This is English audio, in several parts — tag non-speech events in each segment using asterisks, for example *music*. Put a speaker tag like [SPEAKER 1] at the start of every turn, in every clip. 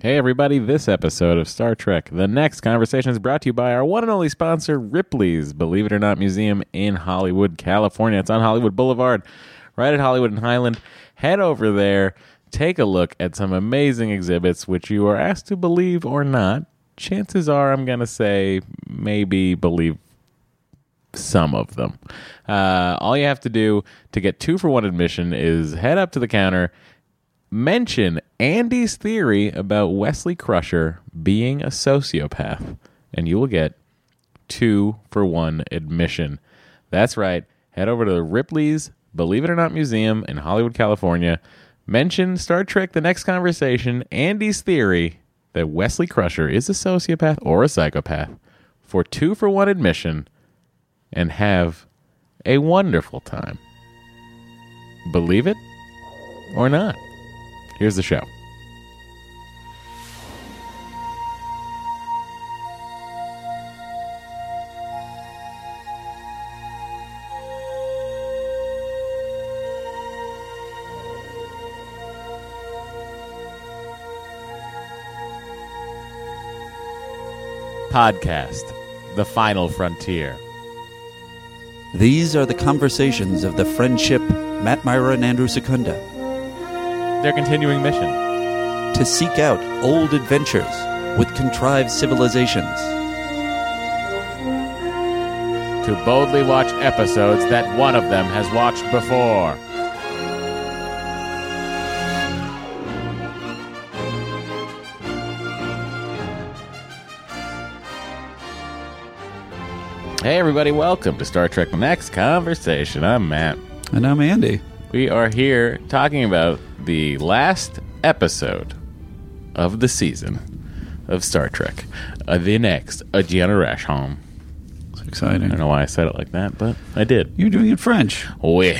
[SPEAKER 1] Hey, everybody, this episode of Star Trek The Next Conversation is brought to you by our one and only sponsor, Ripley's Believe It or Not Museum in Hollywood, California. It's on Hollywood Boulevard, right at Hollywood and Highland. Head over there, take a look at some amazing exhibits, which you are asked to believe or not. Chances are, I'm going to say, maybe believe some of them. Uh, all you have to do to get two for one admission is head up to the counter, mention Andy's theory about Wesley Crusher being a sociopath, and you will get two for one admission. That's right. Head over to the Ripley's Believe It or Not Museum in Hollywood, California. Mention Star Trek The Next Conversation, Andy's theory that Wesley Crusher is a sociopath or a psychopath for two for one admission and have a wonderful time. Believe it or not. Here's the show. Podcast The Final Frontier.
[SPEAKER 2] These are the conversations of the friendship Matt Myra and Andrew Secunda
[SPEAKER 1] Their continuing mission.
[SPEAKER 2] to seek out old adventures with contrived civilizations.
[SPEAKER 1] To boldly watch episodes that one of them has watched before. Hey, everybody, welcome to Star Trek The Next Conversation. I'm Matt.
[SPEAKER 2] And I'm Andy.
[SPEAKER 1] We are here talking about the last episode of the season of Star Trek, uh, the next, a generation.
[SPEAKER 2] It's
[SPEAKER 1] I don't
[SPEAKER 2] exciting.
[SPEAKER 1] know why I said it like that, but I did.
[SPEAKER 2] You're doing it French,
[SPEAKER 1] Oui.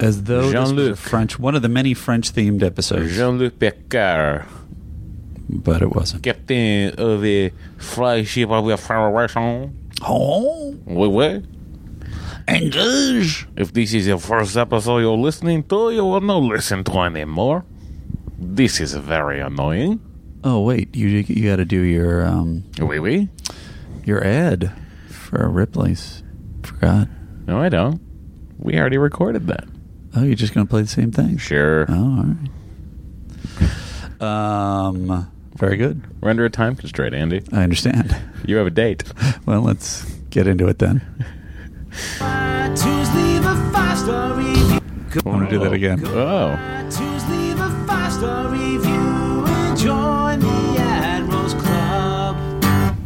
[SPEAKER 2] as though this was a
[SPEAKER 1] Jean-Luc.
[SPEAKER 2] French, one of the many French-themed episodes,
[SPEAKER 1] Jean-Luc Picard,
[SPEAKER 2] but it wasn't.
[SPEAKER 1] captain of the flagship of the Federation.
[SPEAKER 2] Oh,
[SPEAKER 1] Oui, oui.
[SPEAKER 2] engage!
[SPEAKER 1] If this is your first episode you're listening to, you will not listen to anymore. This is very annoying.
[SPEAKER 2] Oh wait, you you got to do your um
[SPEAKER 1] Oui, oui.
[SPEAKER 2] your ad for Ripley's. Forgot.
[SPEAKER 1] No, I don't. We already recorded that.
[SPEAKER 2] Oh, you're just gonna play the same thing.
[SPEAKER 1] Sure.
[SPEAKER 2] Oh, all right. Um, very good.
[SPEAKER 1] We're under a time constraint, Andy.
[SPEAKER 2] I understand.
[SPEAKER 1] You have a date.
[SPEAKER 2] Well, let's get into
[SPEAKER 1] *laughs*
[SPEAKER 2] it then.
[SPEAKER 3] iTunes, leave a five-star review.
[SPEAKER 2] I want to do that again.
[SPEAKER 1] Oh.
[SPEAKER 3] iTunes, leave a five-star review and join the Admirals Club.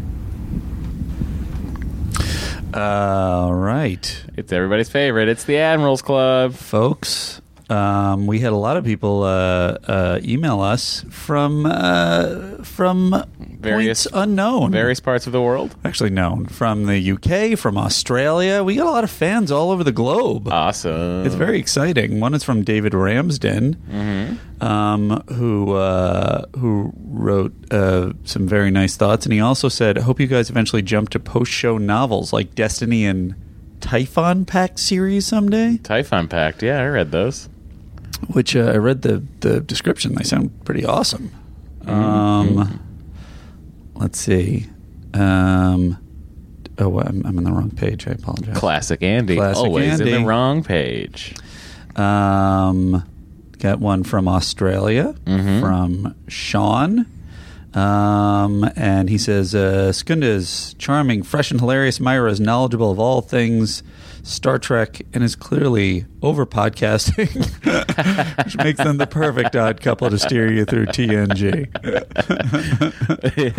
[SPEAKER 2] All right,
[SPEAKER 1] It's everybody's favorite. It's the Admirals Club.
[SPEAKER 2] folks. Um, we had a lot of people uh, uh, email us from uh, from
[SPEAKER 1] Various-
[SPEAKER 2] points unknown.
[SPEAKER 1] Various parts of the world.
[SPEAKER 2] actually known from the UK, from Australia. We got a lot of fans all over the globe.
[SPEAKER 1] Awesome.
[SPEAKER 2] It's very exciting. One is from David Ramsden, um, who uh, who wrote uh, some very nice thoughts, and he also said, "I hope you guys eventually jump to post-show novels like Destiny and Typhon Pack series someday."
[SPEAKER 1] Typhon Pact. Yeah, I read those.
[SPEAKER 2] Which uh, I read the the description; they sound pretty awesome.
[SPEAKER 1] Mm-hmm.
[SPEAKER 2] Um, let's see. Um, oh, well, I'm, I'm on the wrong page. I apologize.
[SPEAKER 1] Classic Andy.
[SPEAKER 2] Classic
[SPEAKER 1] Always in
[SPEAKER 2] Andy.
[SPEAKER 1] the wrong page.
[SPEAKER 2] Um, got one from Australia
[SPEAKER 1] Mm-hmm.
[SPEAKER 2] from Sean. Um, and he says, uh, Skunda is charming, fresh, and hilarious. Myra is knowledgeable of all things Star Trek and is clearly over podcasting, *laughs* which makes them the perfect odd couple to steer you through TNG.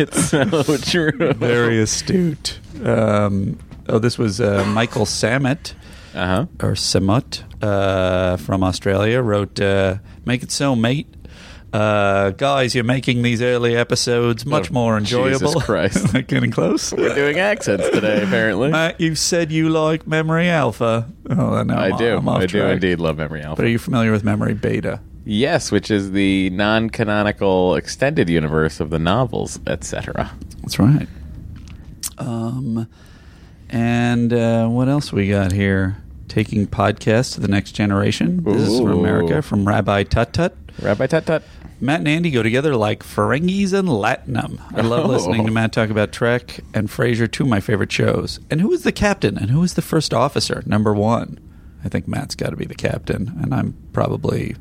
[SPEAKER 1] *laughs* it's so true.
[SPEAKER 2] Very astute. Um, oh, this was uh, Michael Samet
[SPEAKER 1] Uh huh.
[SPEAKER 2] or Samut uh, from Australia wrote, uh, "Make it so, mate." Uh, guys, you're making these early episodes much
[SPEAKER 1] Oh,
[SPEAKER 2] more enjoyable.
[SPEAKER 1] Jesus *laughs* Christ.
[SPEAKER 2] Getting *laughs* close.
[SPEAKER 1] We're doing accents today, apparently.
[SPEAKER 2] Matt, you said you like Memory Alpha. Oh, no,
[SPEAKER 1] I
[SPEAKER 2] I'm-
[SPEAKER 1] do.
[SPEAKER 2] I'm off
[SPEAKER 1] I do
[SPEAKER 2] track.
[SPEAKER 1] indeed love Memory
[SPEAKER 2] But
[SPEAKER 1] Alpha.
[SPEAKER 2] are you familiar with Memory Beta?
[SPEAKER 1] yes, which is the non canonical extended universe of the novels, etc.
[SPEAKER 2] That's right. Um, and uh, what else we got here? Taking podcasts to the next generation. This is from
[SPEAKER 1] Ooh.
[SPEAKER 2] America, from Rabbi Tut Tut.
[SPEAKER 1] Rabbi Tut Tut.
[SPEAKER 2] Matt and Andy go together like Ferengis and Latinum. I *laughs* love
[SPEAKER 1] Oh.
[SPEAKER 2] listening to Matt talk about Trek and Frasier, two of my favorite shows. And who is the captain and who is the first officer? Number one. I think Matt's got to be the captain, and I'm probably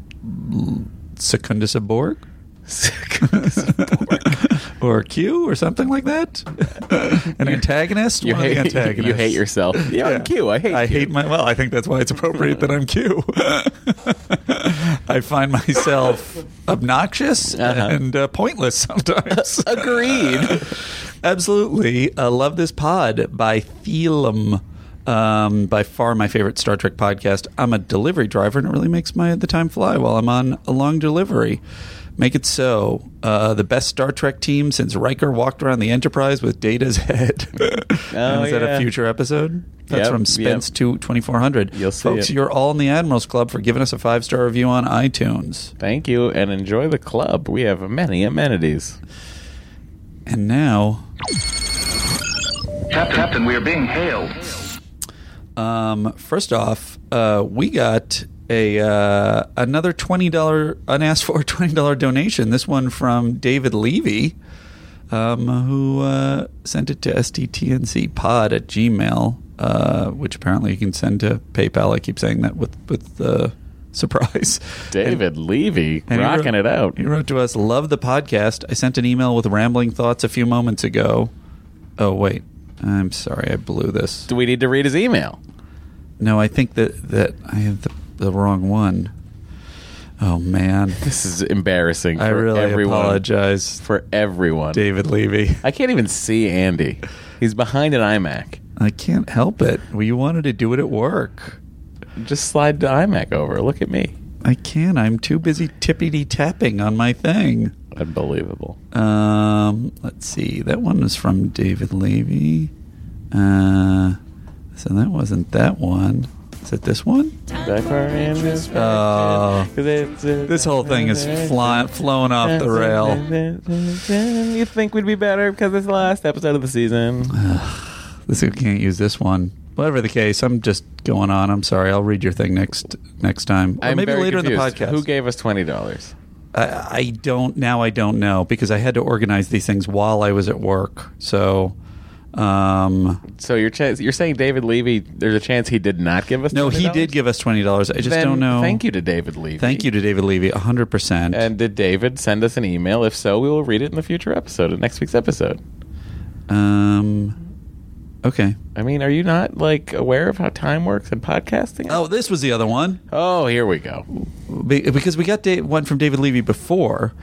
[SPEAKER 2] l- Secundus of Borg *laughs* or Q or something like
[SPEAKER 1] *laughs*
[SPEAKER 2] that. An antagonist?
[SPEAKER 1] You
[SPEAKER 2] One of the
[SPEAKER 1] hate, you hate
[SPEAKER 2] antagonists.
[SPEAKER 1] yourself. Yeah, I'm Q. I hate
[SPEAKER 2] I
[SPEAKER 1] you.
[SPEAKER 2] hate my. Well, I think that's why it's appropriate that I'm Q. *laughs* I
[SPEAKER 1] *laughs*
[SPEAKER 2] find myself obnoxious
[SPEAKER 1] Uh-huh.
[SPEAKER 2] and uh, pointless sometimes.
[SPEAKER 1] *laughs* Agreed.
[SPEAKER 2] *laughs* Absolutely. Uh, love this pod by Thelum. Um, by far my favorite Star Trek podcast. I'm a delivery driver, and it really makes my the time fly while I'm on a long delivery. Make it so. Uh, the best Star Trek team since Riker walked around the Enterprise with Data's head. *laughs* And is that
[SPEAKER 1] Oh, yeah.
[SPEAKER 2] a future episode? That's
[SPEAKER 1] Yep,
[SPEAKER 2] from
[SPEAKER 1] yep.
[SPEAKER 2] Spence to 2400.
[SPEAKER 1] You'll see
[SPEAKER 2] Folks,
[SPEAKER 1] it.
[SPEAKER 2] you're all in the Admirals Club for giving us a five star review on iTunes.
[SPEAKER 1] Thank you and enjoy the club. We have many amenities.
[SPEAKER 2] And now
[SPEAKER 4] Captain, Captain, we are being hailed.
[SPEAKER 2] Um, first off, uh, we got a uh, another twenty dollar unasked for *laughs* twenty dollar donation. This one from David Levy, um, who uh, sent it to sdtncpod at gmail, uh, which apparently you can send to PayPal. I keep saying that with with uh, surprise.
[SPEAKER 1] David Levy
[SPEAKER 2] And he
[SPEAKER 1] rocking
[SPEAKER 2] wrote-
[SPEAKER 1] it out.
[SPEAKER 2] He wrote to us, "Love the podcast. I sent an email with rambling thoughts a few moments ago. Oh wait, I'm sorry, I blew this.
[SPEAKER 1] Do we need to read his email?
[SPEAKER 2] No, I think that that I have the, the wrong one. Oh man,
[SPEAKER 1] This is embarrassing. For
[SPEAKER 2] I really
[SPEAKER 1] everyone.
[SPEAKER 2] apologize,
[SPEAKER 1] for everyone.
[SPEAKER 2] David Levy.
[SPEAKER 1] I can't even see Andy. He's behind an iMac.
[SPEAKER 2] I can't help it. Well, you wanted to do it at work.
[SPEAKER 1] Just slide the iMac over. Look at me.
[SPEAKER 2] I can't. I'm too busy tippity tapping on my thing.
[SPEAKER 1] Unbelievable.
[SPEAKER 2] Um, let's see. That one was from David Levy. Uh, so that wasn't that one. Is it this one?
[SPEAKER 1] Back where Andy is.
[SPEAKER 2] Oh, this
[SPEAKER 1] this
[SPEAKER 2] whole thing is fly, flown off the rail.
[SPEAKER 1] You think we'd be better because it's the last episode of the
[SPEAKER 2] *sighs*
[SPEAKER 1] season. *laughs*
[SPEAKER 2] This we can't use this one. Whatever the case, I'm just going on. I'm sorry. I'll read your thing next next time, or
[SPEAKER 1] I'm
[SPEAKER 2] maybe
[SPEAKER 1] very
[SPEAKER 2] later in
[SPEAKER 1] confused.
[SPEAKER 2] the podcast.
[SPEAKER 1] Who gave us twenty dollars?
[SPEAKER 2] I, I don't now. I don't know because I had to organize these things while I was at work. So, um,
[SPEAKER 1] So you're ch- you're saying David Levy? There's a chance he did not give us.
[SPEAKER 2] no, he
[SPEAKER 1] $20?
[SPEAKER 2] did give us twenty dollars. I just
[SPEAKER 1] Then
[SPEAKER 2] don't know.
[SPEAKER 1] Thank you to David Levy.
[SPEAKER 2] Thank you to David Levy, hundred percent.
[SPEAKER 1] And did David send us an email? If so, we will read it in the future episode, in next week's episode.
[SPEAKER 2] Um, okay.
[SPEAKER 1] I mean, are you not like aware of how time works in podcasting?
[SPEAKER 2] Oh, this was the other one.
[SPEAKER 1] Oh, here we go.
[SPEAKER 2] Be- because we got da- one from David Levy before,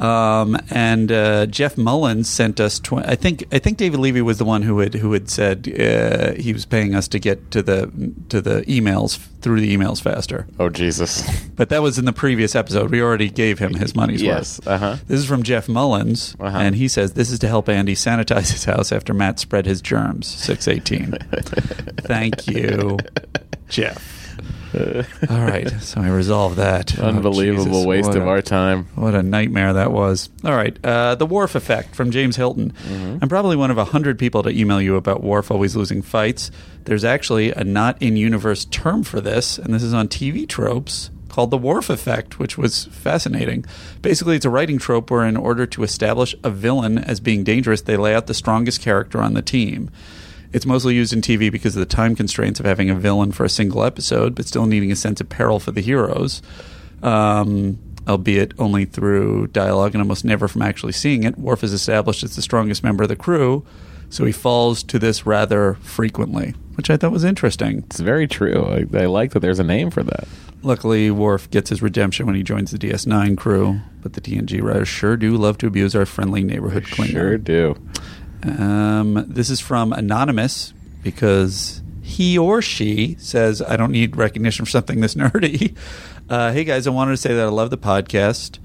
[SPEAKER 2] um, and uh, Jeff Mullins sent us. Tw- I think I think David Levy was the one who had who had said uh, he was paying us to get to the to the emails through the emails faster.
[SPEAKER 1] Oh Jesus.
[SPEAKER 2] But that was in the previous episode. We already gave him his money's
[SPEAKER 1] Yes,
[SPEAKER 2] worth.
[SPEAKER 1] uh-huh.
[SPEAKER 2] This is from Jeff Mullins,
[SPEAKER 1] Uh-huh.
[SPEAKER 2] and he says this is to help Andy sanitize his house after Matt spread his germs. Six
[SPEAKER 1] *laughs*
[SPEAKER 2] eighteen. Thank you, Jeff. All right, so I resolved that. Oh,
[SPEAKER 1] Unbelievable
[SPEAKER 2] Jesus,
[SPEAKER 1] waste
[SPEAKER 2] what
[SPEAKER 1] of
[SPEAKER 2] a-
[SPEAKER 1] our time.
[SPEAKER 2] What a nightmare that was. All right, uh, the Wharf effect from James Hilton. I'm probably one of a hundred people to email you about Wharf always losing fights. There's actually a not in universe term for this, and this is on TV tropes called the Wharf effect, which was fascinating. Basically, it's a writing trope where, in order to establish a villain as being dangerous, they lay out the strongest character on the team. It's mostly used in TV because of the time constraints of having a villain for a single episode, but still needing a sense of peril for the heroes, um, albeit only through dialogue and almost never from actually seeing it. Worf is established as the strongest member of the crew, so he falls to this rather frequently, which I thought was interesting.
[SPEAKER 1] It's very true. I, I like that there's a name for that.
[SPEAKER 2] Luckily, Worf gets his redemption when he joins the DS9 crew, but the TNG writers sure do love to abuse our friendly neighborhood Klingon.
[SPEAKER 1] Sure do.
[SPEAKER 2] Um, this is from Anonymous because he or she says, I don't need recognition for something this nerdy. *laughs* Uh, hey guys, I wanted to say that I love the podcast.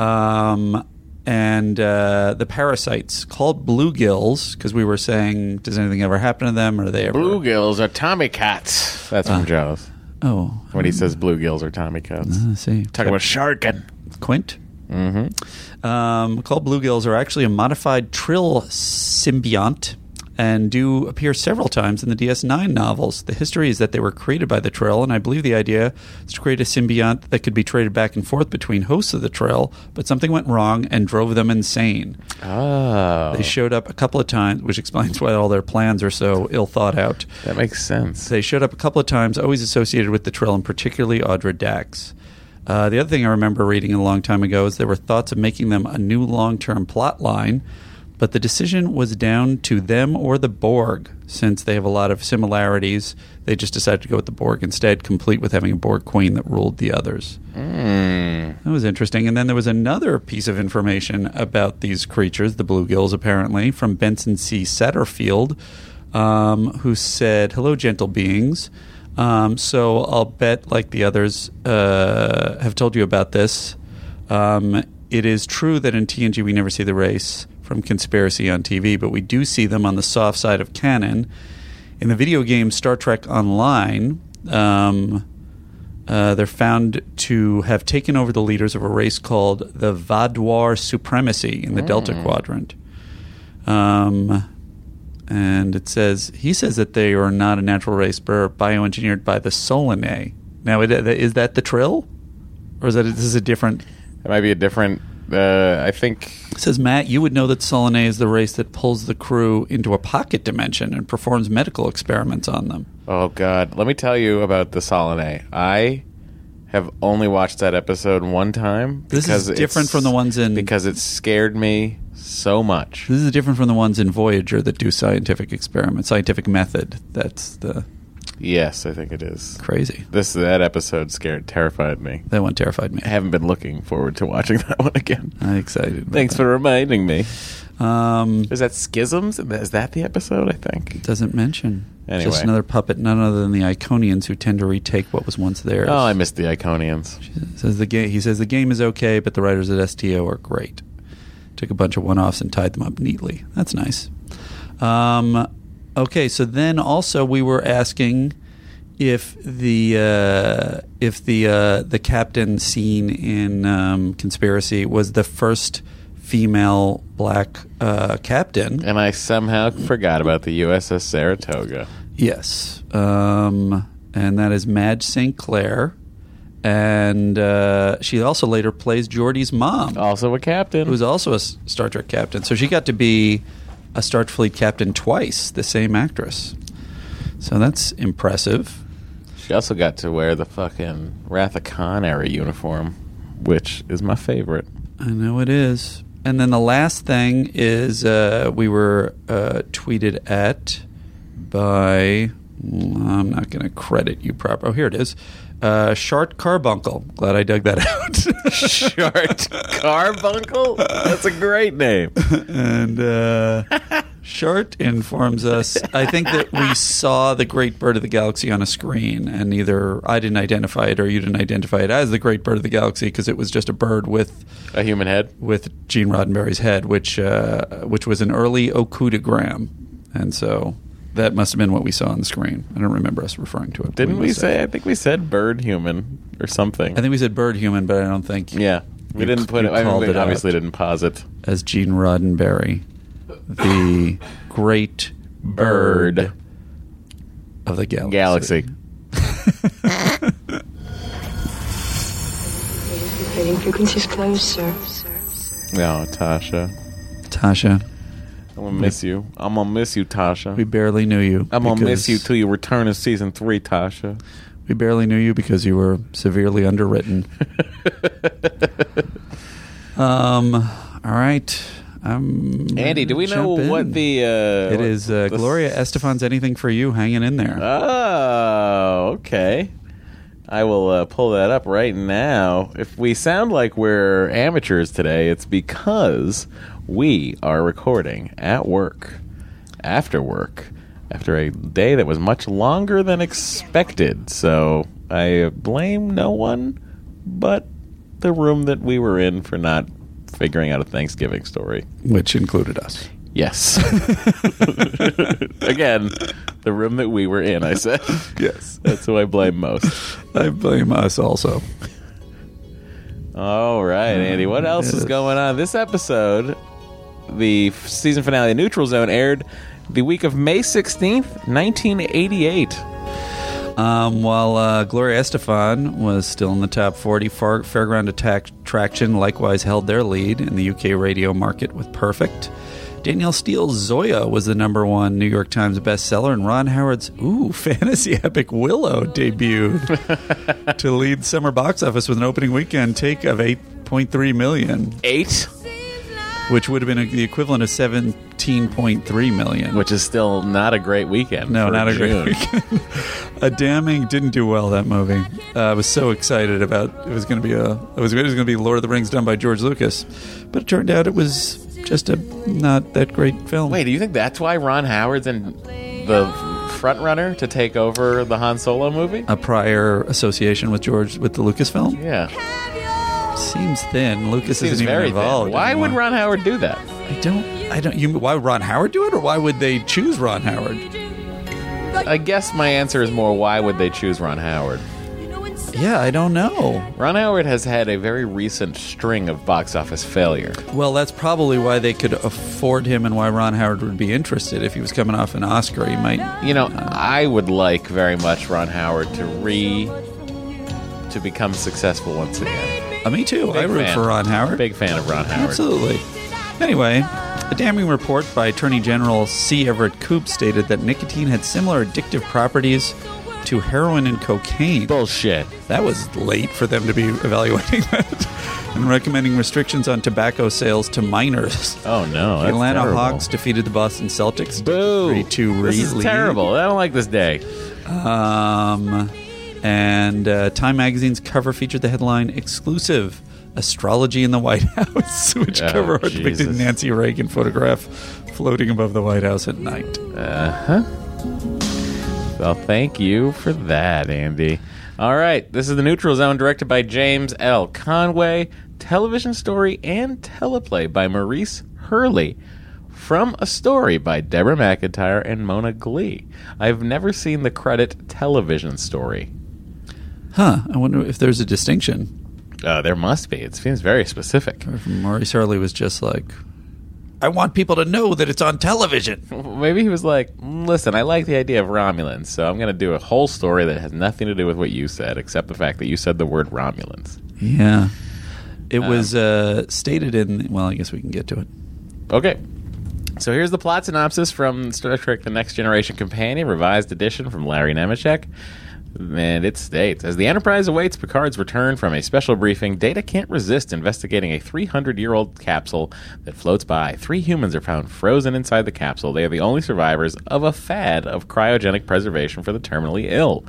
[SPEAKER 2] Um, and uh, the parasites called bluegills because we were saying, does anything ever happen to them? Or they ever? Ah.
[SPEAKER 1] Bluegills are Tommy cats. That's from Jaws.
[SPEAKER 2] Uh, Oh,
[SPEAKER 1] When he says bluegills are Tommy cats.
[SPEAKER 2] I see.
[SPEAKER 1] Talking about sharking.
[SPEAKER 2] Quint. Mm-hmm. Um, called bluegills are actually a modified trill symbiont. and do appear several times in the DS9 novels. The history is that they were created by the Trail, and I believe the idea is to create a symbiont that could be traded back and forth between hosts of the Trail, but something went wrong and drove them insane.
[SPEAKER 1] Oh,
[SPEAKER 2] They showed up a couple of times, which explains why all their plans are so ill thought out.
[SPEAKER 1] that makes sense.
[SPEAKER 2] They showed up a couple of times, always associated with the trail, and particularly Audra Dax. Uh, the other thing I remember reading a long time ago is there were thoughts of making them a new long term plot line, but the decision was down to them or the Borg. Since they have a lot of similarities, they just decided to go with the Borg instead, complete with having a Borg queen that ruled the others.
[SPEAKER 1] Hmm.
[SPEAKER 2] That was interesting. And then there was another piece of information about these creatures, the bluegills, apparently, from Benson C. Satterfield, um, who said, Hello, gentle beings. Um, so I'll bet, like the others uh, have told you about this, um, it is true that in TNG we never see the race from conspiracy on TV, but we do see them on the soft side of canon. In the video game Star Trek Online, um, uh, they're found to have taken over the leaders of a race called the Vadwar Supremacy in the Delta Quadrant. Um, and it says he says that they are not a natural race, but are bioengineered by the Solanae. Now, it- is that the Trill, or is that this is a different?
[SPEAKER 1] That might be a different. Uh, I think.
[SPEAKER 2] It says Matt, you would know that Solanae is the race that pulls the crew into a pocket dimension and performs medical experiments on them.
[SPEAKER 1] Oh God, let me tell you about the Solanae. I have only watched that episode one time.
[SPEAKER 2] This is
[SPEAKER 1] because it's-
[SPEAKER 2] different from the ones in-
[SPEAKER 1] because it scared me so much.
[SPEAKER 2] This is different from the ones in Voyager that do scientific experiments, scientific method. That's the
[SPEAKER 1] Yes, I think it is.
[SPEAKER 2] crazy.
[SPEAKER 1] This that episode scared, terrified me.
[SPEAKER 2] That one terrified me.
[SPEAKER 1] I haven't been looking forward to watching *laughs* that one again.
[SPEAKER 2] I'm excited. about
[SPEAKER 1] Thanks for reminding me.
[SPEAKER 2] that. Um,
[SPEAKER 1] Is that schisms? Is that the episode? I think.
[SPEAKER 2] doesn't mention.
[SPEAKER 1] Anyway.
[SPEAKER 2] Just another puppet, none other than the Iconians who tend to retake what was once theirs.
[SPEAKER 1] Oh, I missed the Iconians.
[SPEAKER 2] says the game. He says the game is okay, but the writers at STO are great. Took a bunch of one-offs and tied them up neatly. That's nice. Um, okay, so then also we were asking if the uh, if the uh, the captain scene in um, Conspiracy was the first female black uh, captain.
[SPEAKER 1] And I somehow forgot about the USS Saratoga.
[SPEAKER 2] Yes. Um, and that is Madge St. Clair. And uh, she also later plays Geordie's mom,
[SPEAKER 1] Also a captain.
[SPEAKER 2] who was also a S- Star Trek captain. So she got to be a Starfleet captain twice, the same actress. So that's impressive.
[SPEAKER 1] She also got to wear the fucking Wrath of Khan era uniform, which is my favorite. *laughs*
[SPEAKER 2] I know it is. And then the last thing is uh, we were uh, tweeted at by. I'm not going to credit you proper. Oh, here it is. Uh, Shart Carbuncle. Glad I dug that *laughs* out.
[SPEAKER 1] Short Carbuncle? That's a great name.
[SPEAKER 2] *laughs* and uh, Shart informs us. I think that we saw the Great Bird of the Galaxy on a screen, and either I didn't identify it or you didn't identify it as the Great Bird of the Galaxy because it was just a bird with
[SPEAKER 1] A human head?
[SPEAKER 2] with Gene Roddenberry's head, which uh, which was an early Okudagram, and so that must have been what we saw on the screen. I don't remember us referring to it.
[SPEAKER 1] Didn't we
[SPEAKER 2] must
[SPEAKER 1] say?
[SPEAKER 2] have.
[SPEAKER 1] I think we said bird human or something.
[SPEAKER 2] I think we said bird human, but I don't think
[SPEAKER 1] yeah. We
[SPEAKER 2] You-
[SPEAKER 1] didn't put
[SPEAKER 2] you
[SPEAKER 1] it, I mean,
[SPEAKER 2] called
[SPEAKER 1] we
[SPEAKER 2] it
[SPEAKER 1] obviously
[SPEAKER 2] out.
[SPEAKER 1] didn't pause it.
[SPEAKER 2] as Gene Roddenberry, the Great Bird,
[SPEAKER 1] Bird.
[SPEAKER 2] of the Galaxy.
[SPEAKER 1] Galaxy.
[SPEAKER 4] Rating frequencies closed, sir.
[SPEAKER 1] No, Tasha.
[SPEAKER 2] Tasha,
[SPEAKER 1] I'm going to miss you. I'm going to miss you, Tasha.
[SPEAKER 2] we barely knew you.
[SPEAKER 1] I'm going to miss
[SPEAKER 2] because-
[SPEAKER 1] you till you return in season three, Tasha.
[SPEAKER 2] We barely knew you because you were severely
[SPEAKER 1] *laughs*
[SPEAKER 2] underwritten. um. All right. I'm
[SPEAKER 1] Andy, do we know
[SPEAKER 2] jump in.
[SPEAKER 1] what the. Uh,
[SPEAKER 2] It is uh, Gloria Estefan's "Anything for You" hanging in there.
[SPEAKER 1] Oh, okay. I will uh, pull that up right now. If we sound like we're amateurs today, it's because we are recording at work, after work, after a day that was much longer than expected. So I blame no one but the room that we were in for not figuring out a Thanksgiving story.
[SPEAKER 2] which included us.
[SPEAKER 1] Yes. *laughs* Again, the room that we were in, I said.
[SPEAKER 2] Yes,
[SPEAKER 1] That's who I blame most.
[SPEAKER 2] I blame us also.
[SPEAKER 1] All right, Andy, what else is
[SPEAKER 2] Yes.
[SPEAKER 1] going on? This episode, the f- season finale of Neutral Zone aired the week of May 16th, 1988.
[SPEAKER 2] Um, while uh, Gloria Estefan was still in the top 40, far- Fairground Attack Traction likewise held their lead in the UK radio market with Perfect. Danielle Steele's Zoya was the number one New York Times bestseller, and Ron Howard's Ooh *laughs* fantasy epic Willow debuted to lead summer box office with an opening weekend take of 8.3 million,
[SPEAKER 1] Eight,
[SPEAKER 2] which would have been the equivalent of 17.3 million.
[SPEAKER 1] which is still not a great weekend.
[SPEAKER 2] No,
[SPEAKER 1] for
[SPEAKER 2] not a
[SPEAKER 1] June.
[SPEAKER 2] great weekend. *laughs* a damning didn't do well that movie. Uh, I was so excited about it was going to be a it was, it was going to be Lord of the Rings done by George Lucas, but it turned out it was just a not that great film.
[SPEAKER 1] Wait, do you think that's why Ron Howard's in the front runner to take over the Han Solo movie?
[SPEAKER 2] a prior association with George with the Lucasfilm
[SPEAKER 1] yeah,
[SPEAKER 2] seems thin. Lucas
[SPEAKER 1] seems
[SPEAKER 2] isn't even
[SPEAKER 1] very
[SPEAKER 2] involved.
[SPEAKER 1] thin. Why would
[SPEAKER 2] anymore.
[SPEAKER 1] Ron Howard do that?
[SPEAKER 2] I don't. I don't. You why would Ron Howard do it, or why would they choose Ron Howard?
[SPEAKER 1] I guess my answer is more why would they choose Ron Howard?
[SPEAKER 2] Yeah, I don't know.
[SPEAKER 1] Ron Howard has had a very recent string of box office failure.
[SPEAKER 2] Well, that's probably why they could afford him, and why Ron Howard would be interested if he was coming off an Oscar. He might
[SPEAKER 1] You know, I would like very much Ron Howard to re to become successful once again.
[SPEAKER 2] Uh, me too. I
[SPEAKER 1] Big
[SPEAKER 2] root
[SPEAKER 1] fan.
[SPEAKER 2] for Ron Howard.
[SPEAKER 1] Big fan of Ron Howard.
[SPEAKER 2] Absolutely. Anyway, a damning report by Attorney General C. Everett Koop stated that nicotine had similar addictive properties to heroin and cocaine.
[SPEAKER 1] Bullshit.
[SPEAKER 2] That was late for them to be evaluating that *laughs* and recommending restrictions on tobacco sales to minors.
[SPEAKER 1] Oh no,
[SPEAKER 2] The
[SPEAKER 1] that's
[SPEAKER 2] Atlanta
[SPEAKER 1] terrible.
[SPEAKER 2] Hawks defeated the Boston Celtics.
[SPEAKER 1] Boo!
[SPEAKER 2] 3-2
[SPEAKER 1] this is
[SPEAKER 2] lead.
[SPEAKER 1] terrible. I don't like this day.
[SPEAKER 2] Um, and uh, Time Magazine's cover featured the headline "Exclusive: Astrology in the White *laughs* House," which
[SPEAKER 1] Oh,
[SPEAKER 2] cover art depicted
[SPEAKER 1] Jesus.
[SPEAKER 2] Nancy Reagan photograph floating above the White House at night.
[SPEAKER 1] Uh-huh. Well, thank you for that, Andy. All right, this is the Neutral Zone, directed by James L. Conway. Television story and teleplay by Maurice Hurley. From a story by Deborah McIntyre and Mona Glee. I've never seen the credit television story.
[SPEAKER 2] Huh? I wonder if there's a distinction.
[SPEAKER 1] Uh, there must be. It seems very specific.
[SPEAKER 2] Or if Maurice Hurley was just like, "I want people to know that it's on television."
[SPEAKER 1] Maybe he was like, "Mm, listen, I like the idea of Romulans, so I'm going to do a whole story that has nothing to do with what you said, except the fact that you said the word Romulans.
[SPEAKER 2] Yeah. It was uh, stated in. Well, I guess we can get to it.
[SPEAKER 1] Okay. So here's the plot synopsis from Star Trek The Next Generation Companion, revised edition from Larry Nemechek. And it states As the Enterprise awaits Picard's return from a special briefing, Data can't resist investigating a 300 year old capsule that floats by. Three humans are found frozen inside the capsule. They are the only survivors of a fad of cryogenic preservation for the terminally ill.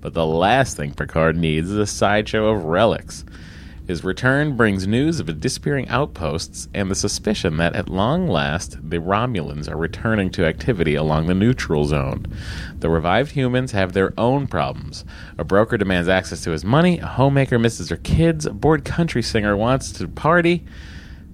[SPEAKER 1] But the last thing Picard needs is a sideshow of relics. His return brings news of the disappearing outposts and the suspicion that at long last the Romulans are returning to activity along the neutral zone. The revived humans have their own problems. A broker demands access to his money, a homemaker misses her kids, a bored country singer wants to party.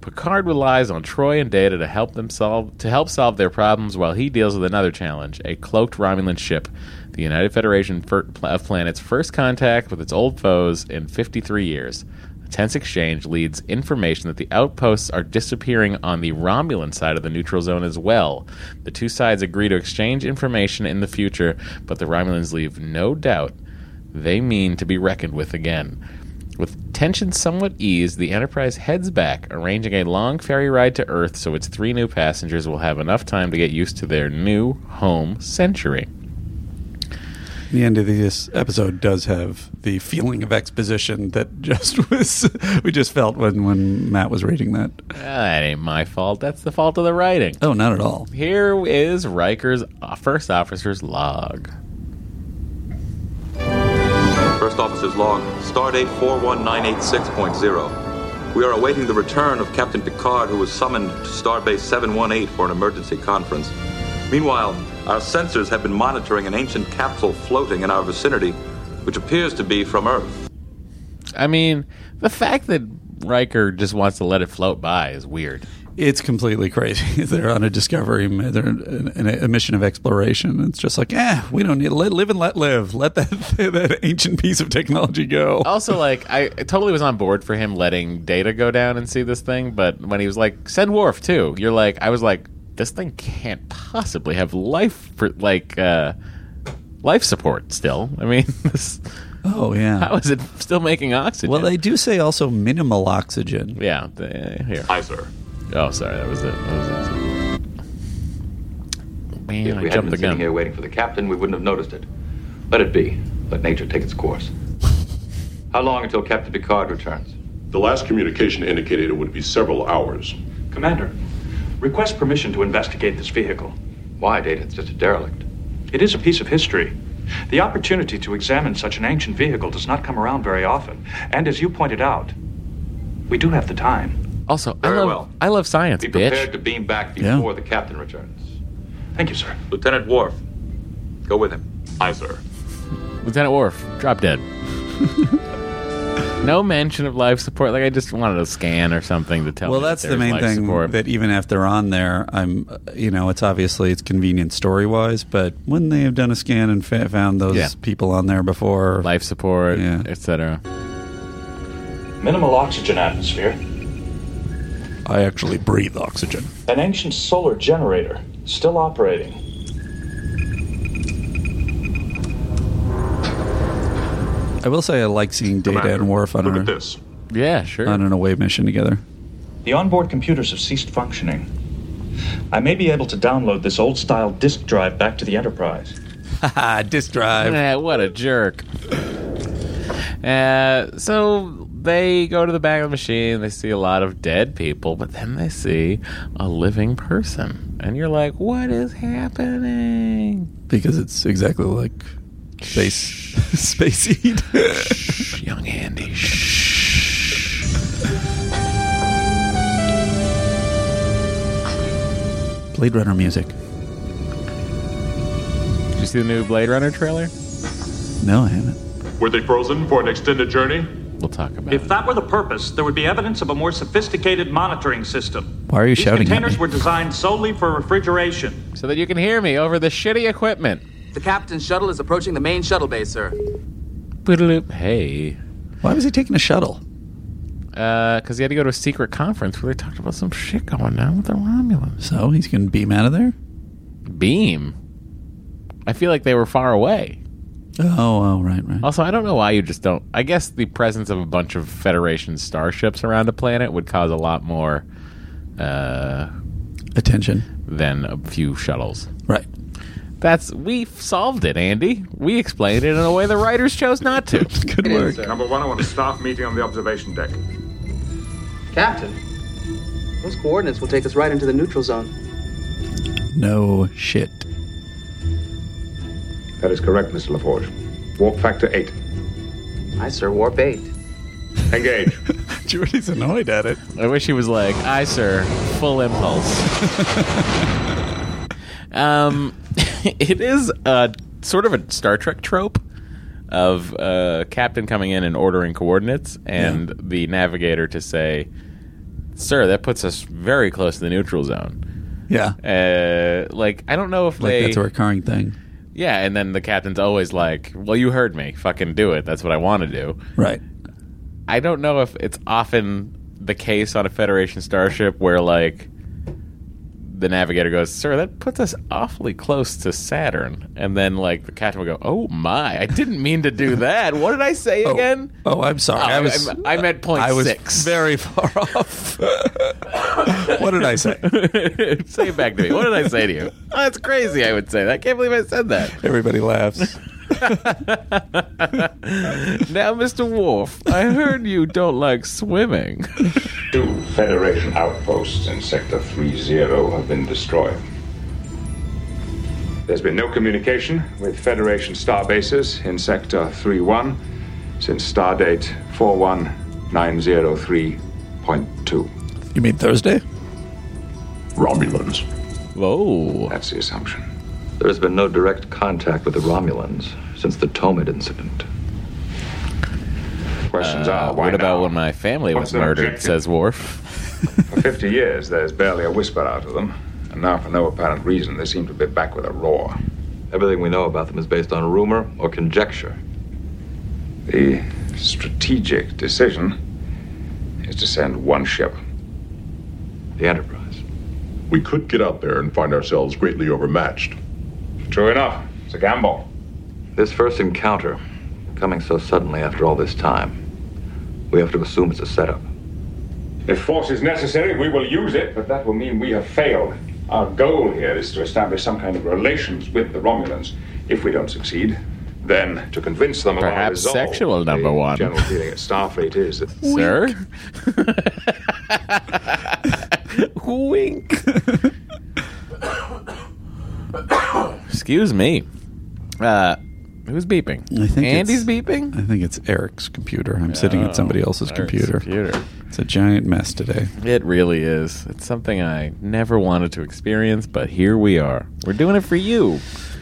[SPEAKER 1] Picard relies on Troy and Data to help them solve to help solve their problems while he deals with another challenge: a cloaked Romulan ship, the United Federation fir- pl- of Planets' first contact with its old foes in 53 years. A tense exchange leads information that the outposts are disappearing on the Romulan side of the neutral zone as well. The two sides agree to exchange information in the future, but the Romulans leave no doubt they mean to be reckoned with again. With tension somewhat eased, the Enterprise heads back, arranging a long ferry ride to Earth so its three new passengers will have enough time to get used to their new home century.
[SPEAKER 2] The end of this episode does have the feeling of exposition that just *laughs* was we just felt when when Matt was reading that.
[SPEAKER 1] Ah, that ain't my fault. That's the fault of the writing.
[SPEAKER 2] Oh, not at all.
[SPEAKER 1] Here is Riker's uh, first officer's log.
[SPEAKER 5] First Officer's Log, Stardate 41986.0. We are awaiting the return of Captain Picard, who was summoned to Starbase 718 for an emergency conference. Meanwhile, our sensors have been monitoring an ancient capsule floating in our vicinity, which appears to be from Earth.
[SPEAKER 1] I mean, the fact that Riker just wants to let it float by is weird.
[SPEAKER 2] It's completely crazy. *laughs* They're on a discovery, they're in a, a mission of exploration. It's just like, eh, *laughs* we don't need to live and let live. Let that *laughs* that ancient piece of technology go. *laughs*
[SPEAKER 1] Also, like, I totally was on board for him letting Data go down and see this thing, but when he was like, send Worf too, you're like, I was like, this thing can't possibly have life for like uh, life support still. I mean, this,
[SPEAKER 2] Oh yeah.
[SPEAKER 1] how is it still making oxygen?
[SPEAKER 2] well, they do say also minimal oxygen.
[SPEAKER 1] yeah they- here.
[SPEAKER 5] Hi, sir.
[SPEAKER 1] Oh, sorry, that was it. That was it. Man,
[SPEAKER 5] If
[SPEAKER 1] I
[SPEAKER 5] we hadn't
[SPEAKER 1] jumped
[SPEAKER 5] been
[SPEAKER 1] the
[SPEAKER 5] sitting
[SPEAKER 1] gun.
[SPEAKER 5] here waiting for the captain, we wouldn't have noticed it. Let it be. Let nature take its course. How long until Captain Picard returns?
[SPEAKER 6] The last communication indicated it would be several hours.
[SPEAKER 7] Commander, request permission to investigate this vehicle.
[SPEAKER 5] Why, Data? It's just a derelict.
[SPEAKER 7] It is a piece of history. The opportunity to examine such an ancient vehicle does not come around very often, and as you pointed out, we do have the time.
[SPEAKER 1] Also, I
[SPEAKER 5] Very
[SPEAKER 1] love
[SPEAKER 5] well.
[SPEAKER 1] I love science,
[SPEAKER 5] Be
[SPEAKER 1] bitch.
[SPEAKER 5] prepared to beam back
[SPEAKER 2] Yeah.
[SPEAKER 5] before the captain returns.
[SPEAKER 7] Thank you, sir.
[SPEAKER 5] Lieutenant Worf, go with him. Aye, sir.
[SPEAKER 1] Lieutenant Worf, drop dead. no mention of life support. Like I just wanted a scan or something to tell.
[SPEAKER 2] Well,
[SPEAKER 1] me that
[SPEAKER 2] that's the
[SPEAKER 1] there's
[SPEAKER 2] main
[SPEAKER 1] life
[SPEAKER 2] thing
[SPEAKER 1] support.
[SPEAKER 2] that even if they're on there, I'm, uh, you know, it's obviously it's convenient story wise, but wouldn't they have done a scan and fa- found those
[SPEAKER 1] Yeah.
[SPEAKER 2] people on there before?
[SPEAKER 1] life support,
[SPEAKER 2] Yeah.
[SPEAKER 1] etc.
[SPEAKER 7] Minimal oxygen atmosphere.
[SPEAKER 2] I actually breathe oxygen.
[SPEAKER 7] An ancient solar generator, still operating.
[SPEAKER 2] I will say I like seeing Data
[SPEAKER 6] Commander,
[SPEAKER 2] and Worf on,
[SPEAKER 6] look
[SPEAKER 2] our,
[SPEAKER 6] at this.
[SPEAKER 1] Yeah, sure.
[SPEAKER 2] on an away mission together.
[SPEAKER 7] The onboard computers have ceased functioning. I may be able to download this old style disk drive back to the Enterprise.
[SPEAKER 2] *laughs* Haha, disk drive.
[SPEAKER 1] Eh, what a jerk. Uh, so they go to the back of the machine. They see a lot of dead people, but then they see a living person, and you're like, "What is happening?"
[SPEAKER 2] Because it's exactly like space, *laughs* space heat.
[SPEAKER 1] Shh, young Andy. Shh.
[SPEAKER 2] Blade Runner music.
[SPEAKER 1] Did you see the new Blade Runner trailer?
[SPEAKER 2] No, I haven't.
[SPEAKER 6] Were they frozen for an extended journey?
[SPEAKER 1] We'll talk about
[SPEAKER 7] If
[SPEAKER 1] it.
[SPEAKER 7] that were the purpose, there would be evidence of a more sophisticated monitoring system.
[SPEAKER 2] Why are you
[SPEAKER 7] These
[SPEAKER 2] shouting at
[SPEAKER 7] containers
[SPEAKER 2] me?
[SPEAKER 7] were designed solely for refrigeration.
[SPEAKER 1] so that you can hear me over the shitty equipment.
[SPEAKER 8] The captain's shuttle is approaching the main shuttle bay, sir.
[SPEAKER 1] Boodaloop. Hey.
[SPEAKER 2] Why was he taking a shuttle?
[SPEAKER 1] Because he had to go to a secret conference where they talked about some shit going down with the Romulans.
[SPEAKER 2] So he's going to beam out of there?
[SPEAKER 1] Beam. I feel like they were far away.
[SPEAKER 2] Oh, oh, right, right.
[SPEAKER 1] Also, I don't know why you just don't. I guess the presence of a bunch of Federation starships around a planet would cause a lot more uh,
[SPEAKER 2] Attention.
[SPEAKER 1] than a few shuttles.
[SPEAKER 2] Right.
[SPEAKER 1] That's we solved it, Andy. We explained it in a way the writers chose not to.
[SPEAKER 2] *laughs* Good work.
[SPEAKER 9] Number one, I want a staff meeting on the observation deck.
[SPEAKER 8] Captain, those coordinates will take us right into the neutral zone.
[SPEAKER 2] No shit.
[SPEAKER 9] That is correct, Mr. LaForge. Warp factor eight.
[SPEAKER 8] Aye, sir. Warp 8. *laughs*
[SPEAKER 9] Engage.
[SPEAKER 2] *laughs* Jordy's annoyed at it.
[SPEAKER 1] I wish he was like, "I sir, full impulse." um, *laughs* it is a sort of a Star Trek trope of uh, captain coming in and ordering coordinates, and the navigator to say, "Sir, that puts us very close to the neutral zone."
[SPEAKER 2] Yeah.
[SPEAKER 1] Uh, like, I don't know if
[SPEAKER 2] Like
[SPEAKER 1] they,
[SPEAKER 2] that's a recurring thing.
[SPEAKER 1] yeah. And then the captain's always like, "Well, you heard me. Fucking do it. That's what I want to do."
[SPEAKER 2] Right.
[SPEAKER 1] I don't know if it's often the case on a Federation starship where like the navigator goes, "Sir, that puts us awfully close to Saturn," and then like the captain will go, "Oh my, I didn't mean to
[SPEAKER 2] *laughs*
[SPEAKER 1] do that. What did I say again?"
[SPEAKER 2] Oh, I'm sorry.
[SPEAKER 1] Oh,
[SPEAKER 2] I was
[SPEAKER 1] I'm- I'm at point
[SPEAKER 2] I was
[SPEAKER 1] six.
[SPEAKER 2] Very far off. what did I say?
[SPEAKER 1] *laughs* say it back to me. What did I say
[SPEAKER 2] *laughs*
[SPEAKER 1] to you? Oh, that's crazy. I would say that. I can't believe I said that.
[SPEAKER 2] Everybody laughs.
[SPEAKER 1] Now, Mister Worf, I heard you don't like
[SPEAKER 2] *laughs*
[SPEAKER 1] swimming.
[SPEAKER 9] Two Federation outposts in Sector 3-0 have been destroyed. There's been no communication with Federation star bases in Sector 3-1 since stardate 41903.2.
[SPEAKER 2] *laughs* You mean Thursday?
[SPEAKER 9] Romulans.
[SPEAKER 1] Whoa.
[SPEAKER 9] That's the assumption.
[SPEAKER 5] There has been no direct contact with the Romulans since the Tomid incident.
[SPEAKER 9] Questions are, why
[SPEAKER 1] Uh, What about
[SPEAKER 9] now?
[SPEAKER 1] when my family was
[SPEAKER 9] What's their
[SPEAKER 1] murdered?
[SPEAKER 9] objective?
[SPEAKER 1] Says Worf.
[SPEAKER 9] For 50 years, there's barely a whisper out of them. And now, for no apparent reason, they seem to be back with a roar.
[SPEAKER 5] Everything we know about them is based on rumor or conjecture.
[SPEAKER 9] The strategic decision is to send one ship.
[SPEAKER 5] The Enterprise.
[SPEAKER 6] We could get out there and find ourselves greatly overmatched.
[SPEAKER 9] True enough. It's a gamble.
[SPEAKER 5] This first encounter, coming so suddenly after all this time, we have to assume it's a setup.
[SPEAKER 9] If force is necessary, we will use it, but that will mean we have failed. Our goal here is to establish some kind of relations with the Romulans. If we don't succeed, then to convince them of our
[SPEAKER 1] Perhaps
[SPEAKER 9] resolve.
[SPEAKER 1] sexual, number
[SPEAKER 9] the
[SPEAKER 1] one.
[SPEAKER 9] General feeling at Starfleet is that
[SPEAKER 1] *laughs*
[SPEAKER 2] *laughs*
[SPEAKER 1] Sir? Wink. Excuse me. Uh, who's beeping?
[SPEAKER 2] I think
[SPEAKER 1] Andy's
[SPEAKER 2] it's-
[SPEAKER 1] beeping?
[SPEAKER 2] I think it's Eric's computer. I'm sitting at somebody else's
[SPEAKER 1] Oh, Eric's
[SPEAKER 2] computer.
[SPEAKER 1] computer.
[SPEAKER 2] It's a giant mess today.
[SPEAKER 1] It really is. It's something I never wanted to experience, but here we are. We're doing it for you.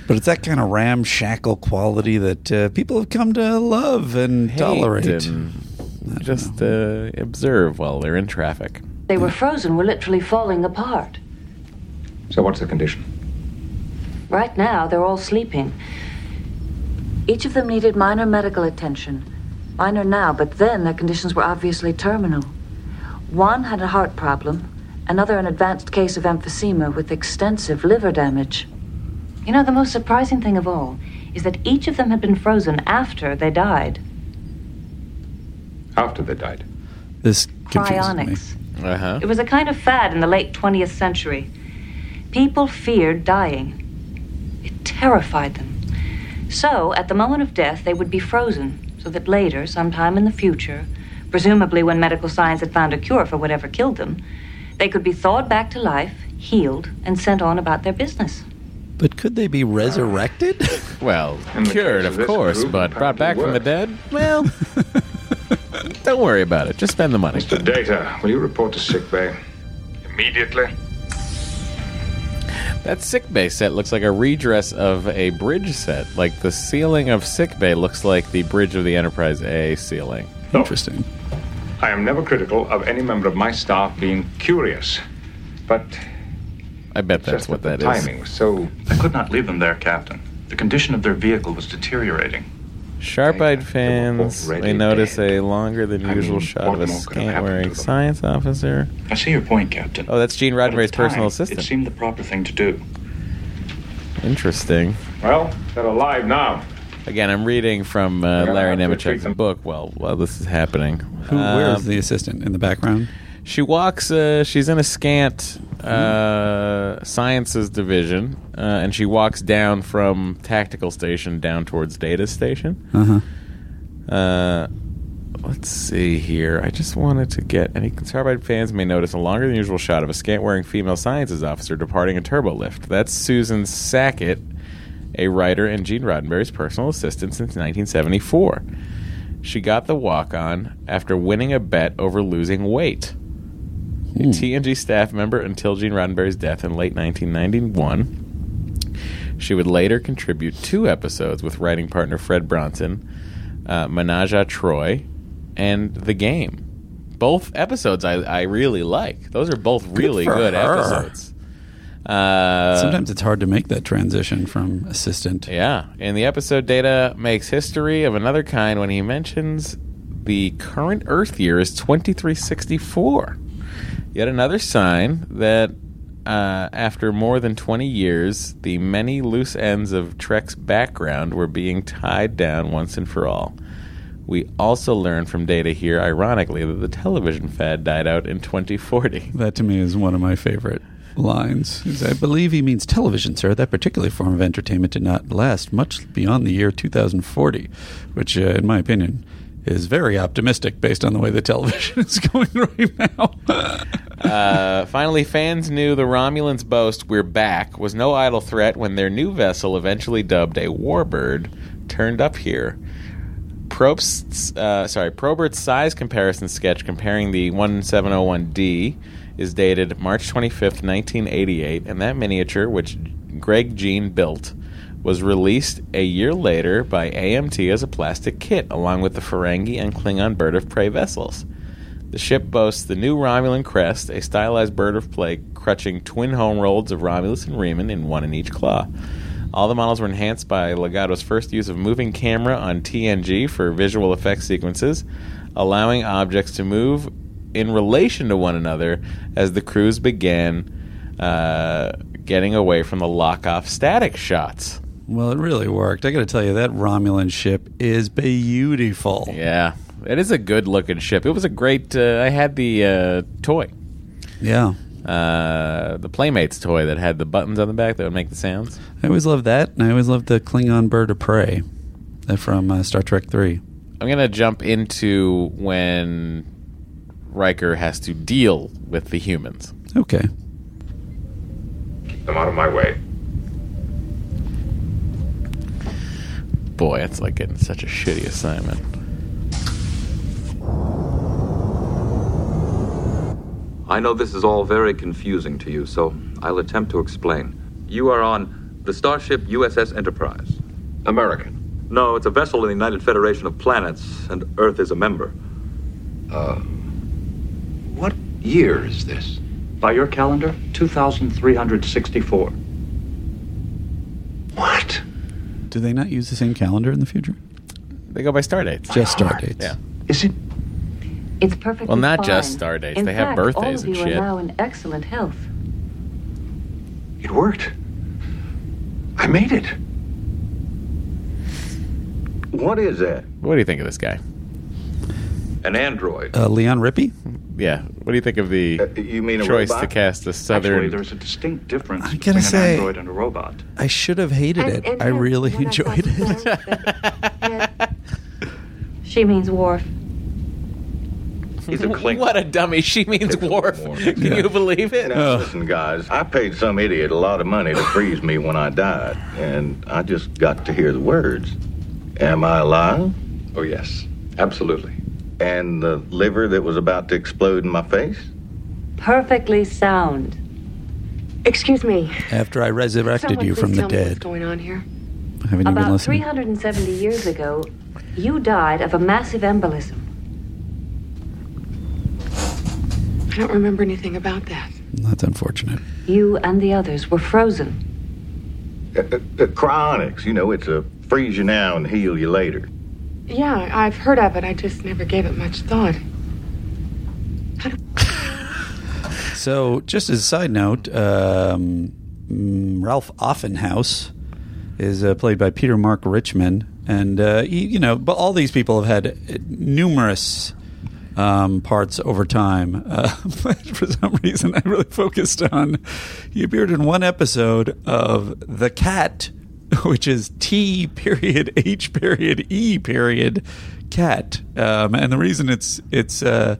[SPEAKER 2] But it's that kind of ramshackle quality that uh, people have come to love and tolerate.
[SPEAKER 1] Hate and just uh, observe while they're in traffic.
[SPEAKER 10] They were frozen. We're literally falling apart.
[SPEAKER 9] So what's the condition?
[SPEAKER 10] Right now, they're all sleeping. Each of them needed minor medical attention. Minor now, but then their conditions were obviously terminal. One had a heart problem, another, an advanced case of emphysema with extensive liver damage. You know, the most surprising thing of all is that each of them had been frozen after they died.
[SPEAKER 9] *laughs* After they died.
[SPEAKER 2] This confuses me.
[SPEAKER 10] Cryonics.
[SPEAKER 1] Uh huh.
[SPEAKER 10] It was a kind of fad in the late 20th century. People feared dying, it terrified them. So, at the moment of death, they would be frozen, so that later, sometime in the future, presumably when medical science had found a cure for whatever killed them, they could be thawed back to life, healed, and sent on about their business.
[SPEAKER 2] But could they be resurrected?
[SPEAKER 1] Well,
[SPEAKER 9] In the
[SPEAKER 1] cured,
[SPEAKER 9] case of
[SPEAKER 1] of
[SPEAKER 9] this
[SPEAKER 1] course,
[SPEAKER 9] group,
[SPEAKER 1] but brought
[SPEAKER 9] apparently
[SPEAKER 1] back from the
[SPEAKER 9] worse.
[SPEAKER 1] dead? Well, don't worry about it. Just spend the money.
[SPEAKER 9] Mr. Data, will you report to sick bay? Immediately.
[SPEAKER 1] That sick bay set looks like a redress of a bridge set. Like the ceiling of sick bay looks like the bridge of the Enterprise A ceiling.
[SPEAKER 2] Oh. Interesting.
[SPEAKER 9] I am never critical of any member of my staff being curious, but
[SPEAKER 1] I bet that's
[SPEAKER 9] just
[SPEAKER 1] what
[SPEAKER 9] that
[SPEAKER 1] that
[SPEAKER 9] the
[SPEAKER 1] is.
[SPEAKER 9] timing was so
[SPEAKER 7] I could not leave them there, Captain. The condition of their vehicle was deteriorating.
[SPEAKER 1] Sharp-eyed
[SPEAKER 9] They were
[SPEAKER 1] fans may
[SPEAKER 9] already
[SPEAKER 1] notice
[SPEAKER 9] dead.
[SPEAKER 1] a longer than
[SPEAKER 9] I
[SPEAKER 1] usual
[SPEAKER 9] mean,
[SPEAKER 1] shot
[SPEAKER 9] what
[SPEAKER 1] of a
[SPEAKER 9] more could have
[SPEAKER 1] scant
[SPEAKER 9] happened to
[SPEAKER 1] wearing
[SPEAKER 9] them?
[SPEAKER 1] science officer.
[SPEAKER 7] I see your point, Captain.
[SPEAKER 1] Oh, that's Gene
[SPEAKER 7] But at
[SPEAKER 1] Roddenberry's
[SPEAKER 7] the time,
[SPEAKER 1] personal
[SPEAKER 7] It
[SPEAKER 1] assistant.
[SPEAKER 7] seemed the proper thing to do.
[SPEAKER 1] Interesting.
[SPEAKER 9] well. They're alive now.
[SPEAKER 1] Again, I'm reading from uh,
[SPEAKER 9] Yeah,
[SPEAKER 1] Larry
[SPEAKER 9] I have to treat
[SPEAKER 1] Nemechek's
[SPEAKER 9] them.
[SPEAKER 1] book while while this is happening.
[SPEAKER 2] Who, where
[SPEAKER 1] Um,
[SPEAKER 2] is the assistant in the background?
[SPEAKER 1] She walks. Uh, she's in a scant uh, sciences division, uh, and she walks down from tactical station down towards data station.
[SPEAKER 2] Uh huh.
[SPEAKER 1] Uh, let's see here. I just wanted to get any Carbide fans may notice a longer than usual shot of a scant wearing female sciences officer departing a turbo lift. That's Susan Sackett, a writer and Gene Roddenberry's personal assistant since 1974. She got the walk on after winning a bet over losing weight. A
[SPEAKER 2] Hmm.
[SPEAKER 1] TNG staff member until Gene Roddenberry's death in late 1991. She would later contribute two episodes with writing partner Fred Bronson, uh, Menage a Troy, and The Game. Both episodes I, I really like. Those are both really
[SPEAKER 2] for
[SPEAKER 1] good
[SPEAKER 2] her.
[SPEAKER 1] episodes. Uh,
[SPEAKER 2] Sometimes it's hard to make that transition from assistant.
[SPEAKER 1] yeah. In the episode, Data makes history of another kind when he mentions the current Earth year is 2364. Yet another sign that uh, after more than 20 years, the many loose ends of Trek's background were being tied down once and for all. We also learn from data here, ironically, that the television fad died out in 2040.
[SPEAKER 2] That to me is one of my favorite lines. Is I believe he means television, sir. That particular form of entertainment did not last much beyond the year 2040, which, uh, in my opinion, is very optimistic based on the way the television *laughs* is going right now.
[SPEAKER 1] Uh, finally, fans knew the Romulans' boast, We're back, was no idle threat when their new vessel, eventually dubbed a Warbird, turned up here. Probst's, uh, sorry, Probert's size comparison sketch comparing the 1701D is dated March 25th, 1988, and that miniature, which Greg Jean built, was released a year later by AMT as a plastic kit, along with the Ferengi and Klingon bird of prey vessels. The ship boasts the new Romulan crest, a stylized bird of prey crutching twin home rolls of Romulus and Reman in one in each claw. All the models were enhanced by Legato's first use of moving camera on TNG for visual effects sequences, allowing objects to move in relation to one another as the crews began uh, getting away from the lock off static shots.
[SPEAKER 2] Well, it really worked. I got to tell you, that Romulan ship is beautiful.
[SPEAKER 1] Yeah, it is a good looking ship. It was a great. Uh, I had the uh, toy,
[SPEAKER 2] Yeah.
[SPEAKER 1] uh, the Playmates toy that had the buttons on the back that would make the sounds.
[SPEAKER 2] I always loved that, and I always loved the Klingon bird of prey uh, from uh, Star Trek 3.
[SPEAKER 1] I'm gonna jump into when Riker has to deal with the humans.
[SPEAKER 2] Okay.
[SPEAKER 9] Keep them out of my way.
[SPEAKER 1] Boy, that's like getting such a shitty assignment.
[SPEAKER 5] I know this is all very confusing to you, so I'll attempt to explain. You are on the starship USS Enterprise.
[SPEAKER 9] American.
[SPEAKER 5] No, it's a vessel in the United Federation of Planets, and Earth is a member.
[SPEAKER 7] Uh,
[SPEAKER 9] what year is this?
[SPEAKER 7] By your calendar, 2,364.
[SPEAKER 9] What?
[SPEAKER 2] Do they not use the same calendar in the future?
[SPEAKER 1] They go by star dates.
[SPEAKER 2] Just star dates.
[SPEAKER 1] Yeah.
[SPEAKER 9] Is it?
[SPEAKER 10] It's perfectly
[SPEAKER 1] Well, not just
[SPEAKER 10] fine.
[SPEAKER 1] star dates.
[SPEAKER 10] In
[SPEAKER 1] They have
[SPEAKER 10] fact, all
[SPEAKER 1] birthdays
[SPEAKER 10] of
[SPEAKER 1] and
[SPEAKER 10] you
[SPEAKER 1] shit.
[SPEAKER 10] are now in excellent health.
[SPEAKER 9] It worked. I made it.
[SPEAKER 5] What is that?
[SPEAKER 1] What do you think of this guy?
[SPEAKER 11] *laughs*
[SPEAKER 5] An android.
[SPEAKER 2] Uh, Leon Rippey?
[SPEAKER 1] Yeah. What do you think of the
[SPEAKER 5] Uh, you mean a
[SPEAKER 1] choice to
[SPEAKER 5] robot?
[SPEAKER 1] cast a
[SPEAKER 7] Actually,
[SPEAKER 1] southern?
[SPEAKER 7] there's a distinct difference
[SPEAKER 2] I gotta
[SPEAKER 7] between
[SPEAKER 2] say-
[SPEAKER 7] an android and a robot.
[SPEAKER 2] I should have hated
[SPEAKER 10] And-
[SPEAKER 2] it.
[SPEAKER 10] and
[SPEAKER 2] I
[SPEAKER 10] yes,
[SPEAKER 2] really
[SPEAKER 10] when I thought
[SPEAKER 2] enjoyed it. *laughs*
[SPEAKER 10] about She means wharf.
[SPEAKER 5] He's
[SPEAKER 10] *laughs*
[SPEAKER 5] a clink.
[SPEAKER 1] what a dummy! She means
[SPEAKER 5] Pickle
[SPEAKER 1] wharf.
[SPEAKER 5] Wharf.
[SPEAKER 1] *laughs* Can you believe it?
[SPEAKER 2] Ugh.
[SPEAKER 11] Listen, guys, I paid some idiot a lot of money to freeze me when I died, and I just got to hear the words. Am I alive?
[SPEAKER 9] Oh, yes. Absolutely.
[SPEAKER 11] And the liver that was about to explode in my face?
[SPEAKER 10] Perfectly sound.
[SPEAKER 4] Excuse me.
[SPEAKER 2] After I resurrected
[SPEAKER 4] Someone
[SPEAKER 2] you
[SPEAKER 4] please
[SPEAKER 2] from the
[SPEAKER 4] tell me What's
[SPEAKER 2] dead.
[SPEAKER 4] going on here?
[SPEAKER 2] I haven't even
[SPEAKER 10] About
[SPEAKER 2] listened.
[SPEAKER 10] 370 years ago, you died of a massive embolism.
[SPEAKER 4] I don't remember anything about that.
[SPEAKER 2] That's unfortunate.
[SPEAKER 10] You and the others were
[SPEAKER 2] *laughs*
[SPEAKER 10] frozen.
[SPEAKER 11] Uh, uh, uh, cryonics, you know, it's a freeze you now and heal you later.
[SPEAKER 4] Yeah, I've heard of it. I just never gave it much thought.
[SPEAKER 2] So, just as a side note, um, mm, Ralph Offenhouse is uh, played by Peter Mark Richmond, and uh, he, you know, but all these people have had uh, numerous um, parts over time. Uh, *laughs* but for some reason, I really focused on he appeared in one episode of The Cat, *laughs* which is T period *laughs* H period E period cat, um, and the reason it's it's. Uh,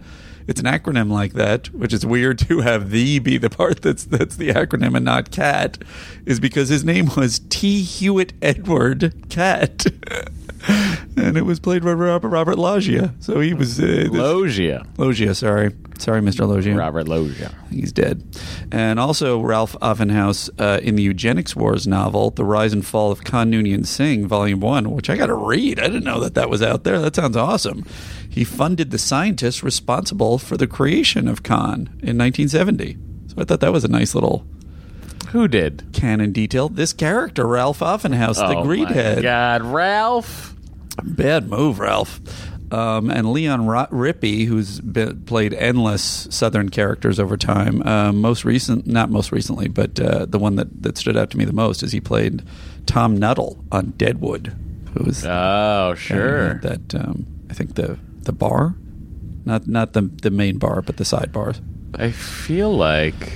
[SPEAKER 2] it's an acronym like that, which is weird to have the be the part that's that's the acronym and not cat, is because his name was T. Hewitt Edward Cat, *laughs* and it was played by Robert Robert Loggia. So he was uh, this-
[SPEAKER 1] Logia.
[SPEAKER 2] Loggia. Sorry, sorry, Mr. Loggia.
[SPEAKER 1] Robert Logia.
[SPEAKER 2] He's dead. And also, Ralph Offenhouse uh, in the Eugenics Wars novel, The Rise and Fall of Khan Noonien Singh, Volume 1, which I got to read. I didn't know that that was out there. That sounds awesome. He funded the scientists responsible for the creation of Khan in 1970. So I thought that was a nice little
[SPEAKER 1] Who did?
[SPEAKER 2] canon detail. This character, Ralph Offenhouse, the
[SPEAKER 1] Oh,
[SPEAKER 2] greed
[SPEAKER 1] my
[SPEAKER 2] head.
[SPEAKER 1] God, Ralph.
[SPEAKER 2] Bad move, Ralph. Um, and Leon Ro- Rippey, who's been, played endless Southern characters over time. Uh, most recent, not most recently, but uh, the one that, that stood out to me the most is he played Tom Nuttall on Deadwood, who was
[SPEAKER 1] Oh, sure.
[SPEAKER 2] that um, I think the the bar, not not the the main bar, but the side bars.
[SPEAKER 1] I feel like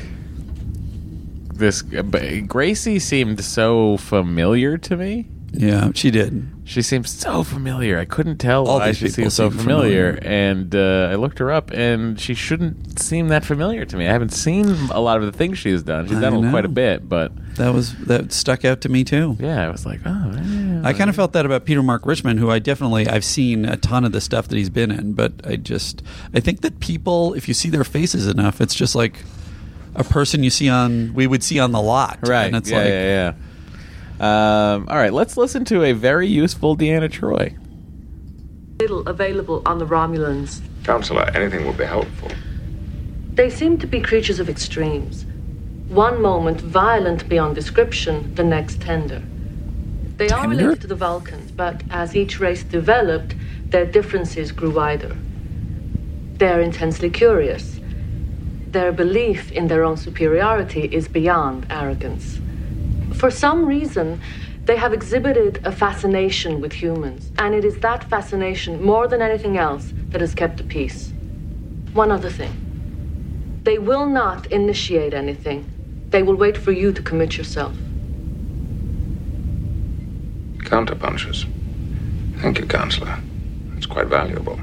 [SPEAKER 1] this but Gracie seemed so familiar to me.
[SPEAKER 2] Yeah, she did.
[SPEAKER 1] She seemed so familiar. I couldn't tell
[SPEAKER 2] All
[SPEAKER 1] why
[SPEAKER 2] these
[SPEAKER 1] she
[SPEAKER 2] people
[SPEAKER 1] seemed so
[SPEAKER 2] seem
[SPEAKER 1] familiar.
[SPEAKER 2] familiar.
[SPEAKER 1] And uh, I looked her up, and she shouldn't seem that familiar to me. I haven't seen a lot of the things she's done. She's
[SPEAKER 2] I
[SPEAKER 1] done
[SPEAKER 2] know.
[SPEAKER 1] quite a bit, but
[SPEAKER 2] That was that stuck out to me too.
[SPEAKER 1] yeah, I was like, oh, yeah.
[SPEAKER 2] I kind of felt that about Peter Mark Richmond, who I definitely I've seen a ton of the stuff that he's been in, but I just I think that people, if you see their faces enough, it's just like a person you see on we would see on the lot,
[SPEAKER 1] right.
[SPEAKER 2] And it's
[SPEAKER 1] yeah,
[SPEAKER 2] like
[SPEAKER 1] yeah, yeah. Um, all right, let's listen to a very useful Deanna Troy.
[SPEAKER 12] little available on the Romulans.
[SPEAKER 9] Counselor, anything would be helpful.
[SPEAKER 12] They seem to be creatures of extremes. One moment violent beyond description, the next tender. They are
[SPEAKER 2] Tender?
[SPEAKER 12] related to the Vulcans, but as each race developed, their differences grew wider. They're intensely curious. their belief in their own superiority is beyond arrogance. For some reason, they have exhibited a fascination with humans, and it is that fascination, more than anything else, that has kept the peace. One other thing they will not initiate anything, they will wait for you to commit yourself.
[SPEAKER 9] Counterpunches. Thank you, Counselor. It's quite valuable.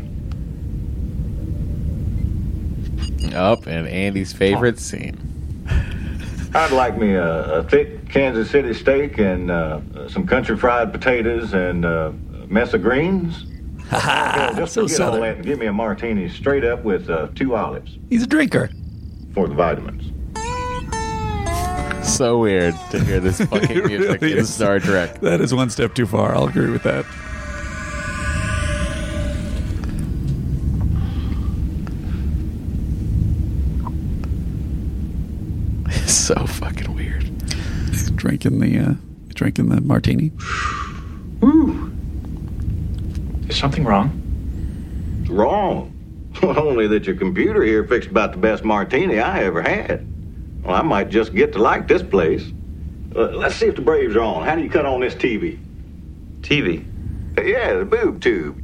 [SPEAKER 1] Up and Andy's favorite scene.
[SPEAKER 11] I'd like me a, a thick Kansas City steak and uh, some country fried potatoes and uh, a mess of
[SPEAKER 2] *laughs*
[SPEAKER 11] greens. Yeah, just
[SPEAKER 2] So
[SPEAKER 11] forget all
[SPEAKER 2] southern.
[SPEAKER 11] that and give me a martini straight up with uh, two olives
[SPEAKER 2] He's a drinker.
[SPEAKER 11] for the vitamins.
[SPEAKER 1] So weird to hear
[SPEAKER 2] *laughs*
[SPEAKER 1] this fucking music
[SPEAKER 2] really
[SPEAKER 1] in
[SPEAKER 2] is.
[SPEAKER 1] Star Trek.
[SPEAKER 2] *laughs* That is one step too far. I'll agree with that.
[SPEAKER 1] so fucking weird.
[SPEAKER 2] Drinking the uh, drinking the martini.
[SPEAKER 1] *laughs*
[SPEAKER 11] Is something wrong? Wrong? *laughs* Well, only that your computer here fixed about the best martini I ever had. Well, I might just get to like this place. Uh, let's see if the Braves are on. How do you cut on this TV? TV? Yeah, the boob tube.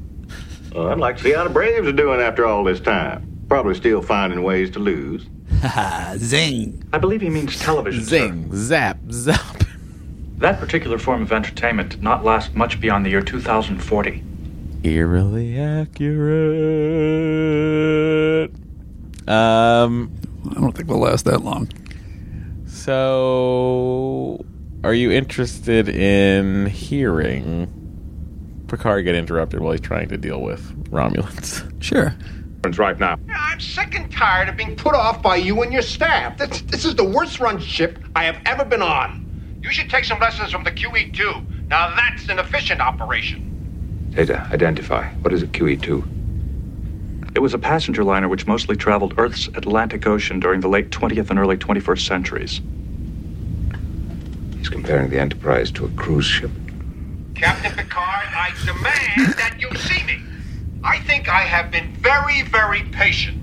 [SPEAKER 11] Uh, I'd like to see how the Braves are doing after all this time. Probably still finding ways to lose.
[SPEAKER 2] Zing.
[SPEAKER 7] I believe he means television. Zing,
[SPEAKER 1] zap, zap.
[SPEAKER 7] That particular form of entertainment did not last much beyond the year 2040.
[SPEAKER 1] Eerily accurate. Um,
[SPEAKER 2] I don't think we'll last that long.
[SPEAKER 1] So, are you interested in hearing Picard get interrupted while he's trying to deal with Romulans?
[SPEAKER 2] Sure.
[SPEAKER 1] Right now.
[SPEAKER 13] I'm sick and tired of being put off by you and your staff. This, this is the worst run ship I have ever been on. You should take some lessons from the QE2. Now that's an efficient operation.
[SPEAKER 7] Data, identify. What is a
[SPEAKER 11] E
[SPEAKER 7] QE2? It was a passenger liner which mostly traveled Earth's Atlantic Ocean during the late 20th and early 21st centuries.
[SPEAKER 9] He's comparing the Enterprise to a cruise ship.
[SPEAKER 13] Captain Picard, I demand that you see me. I think I have been very, very patient.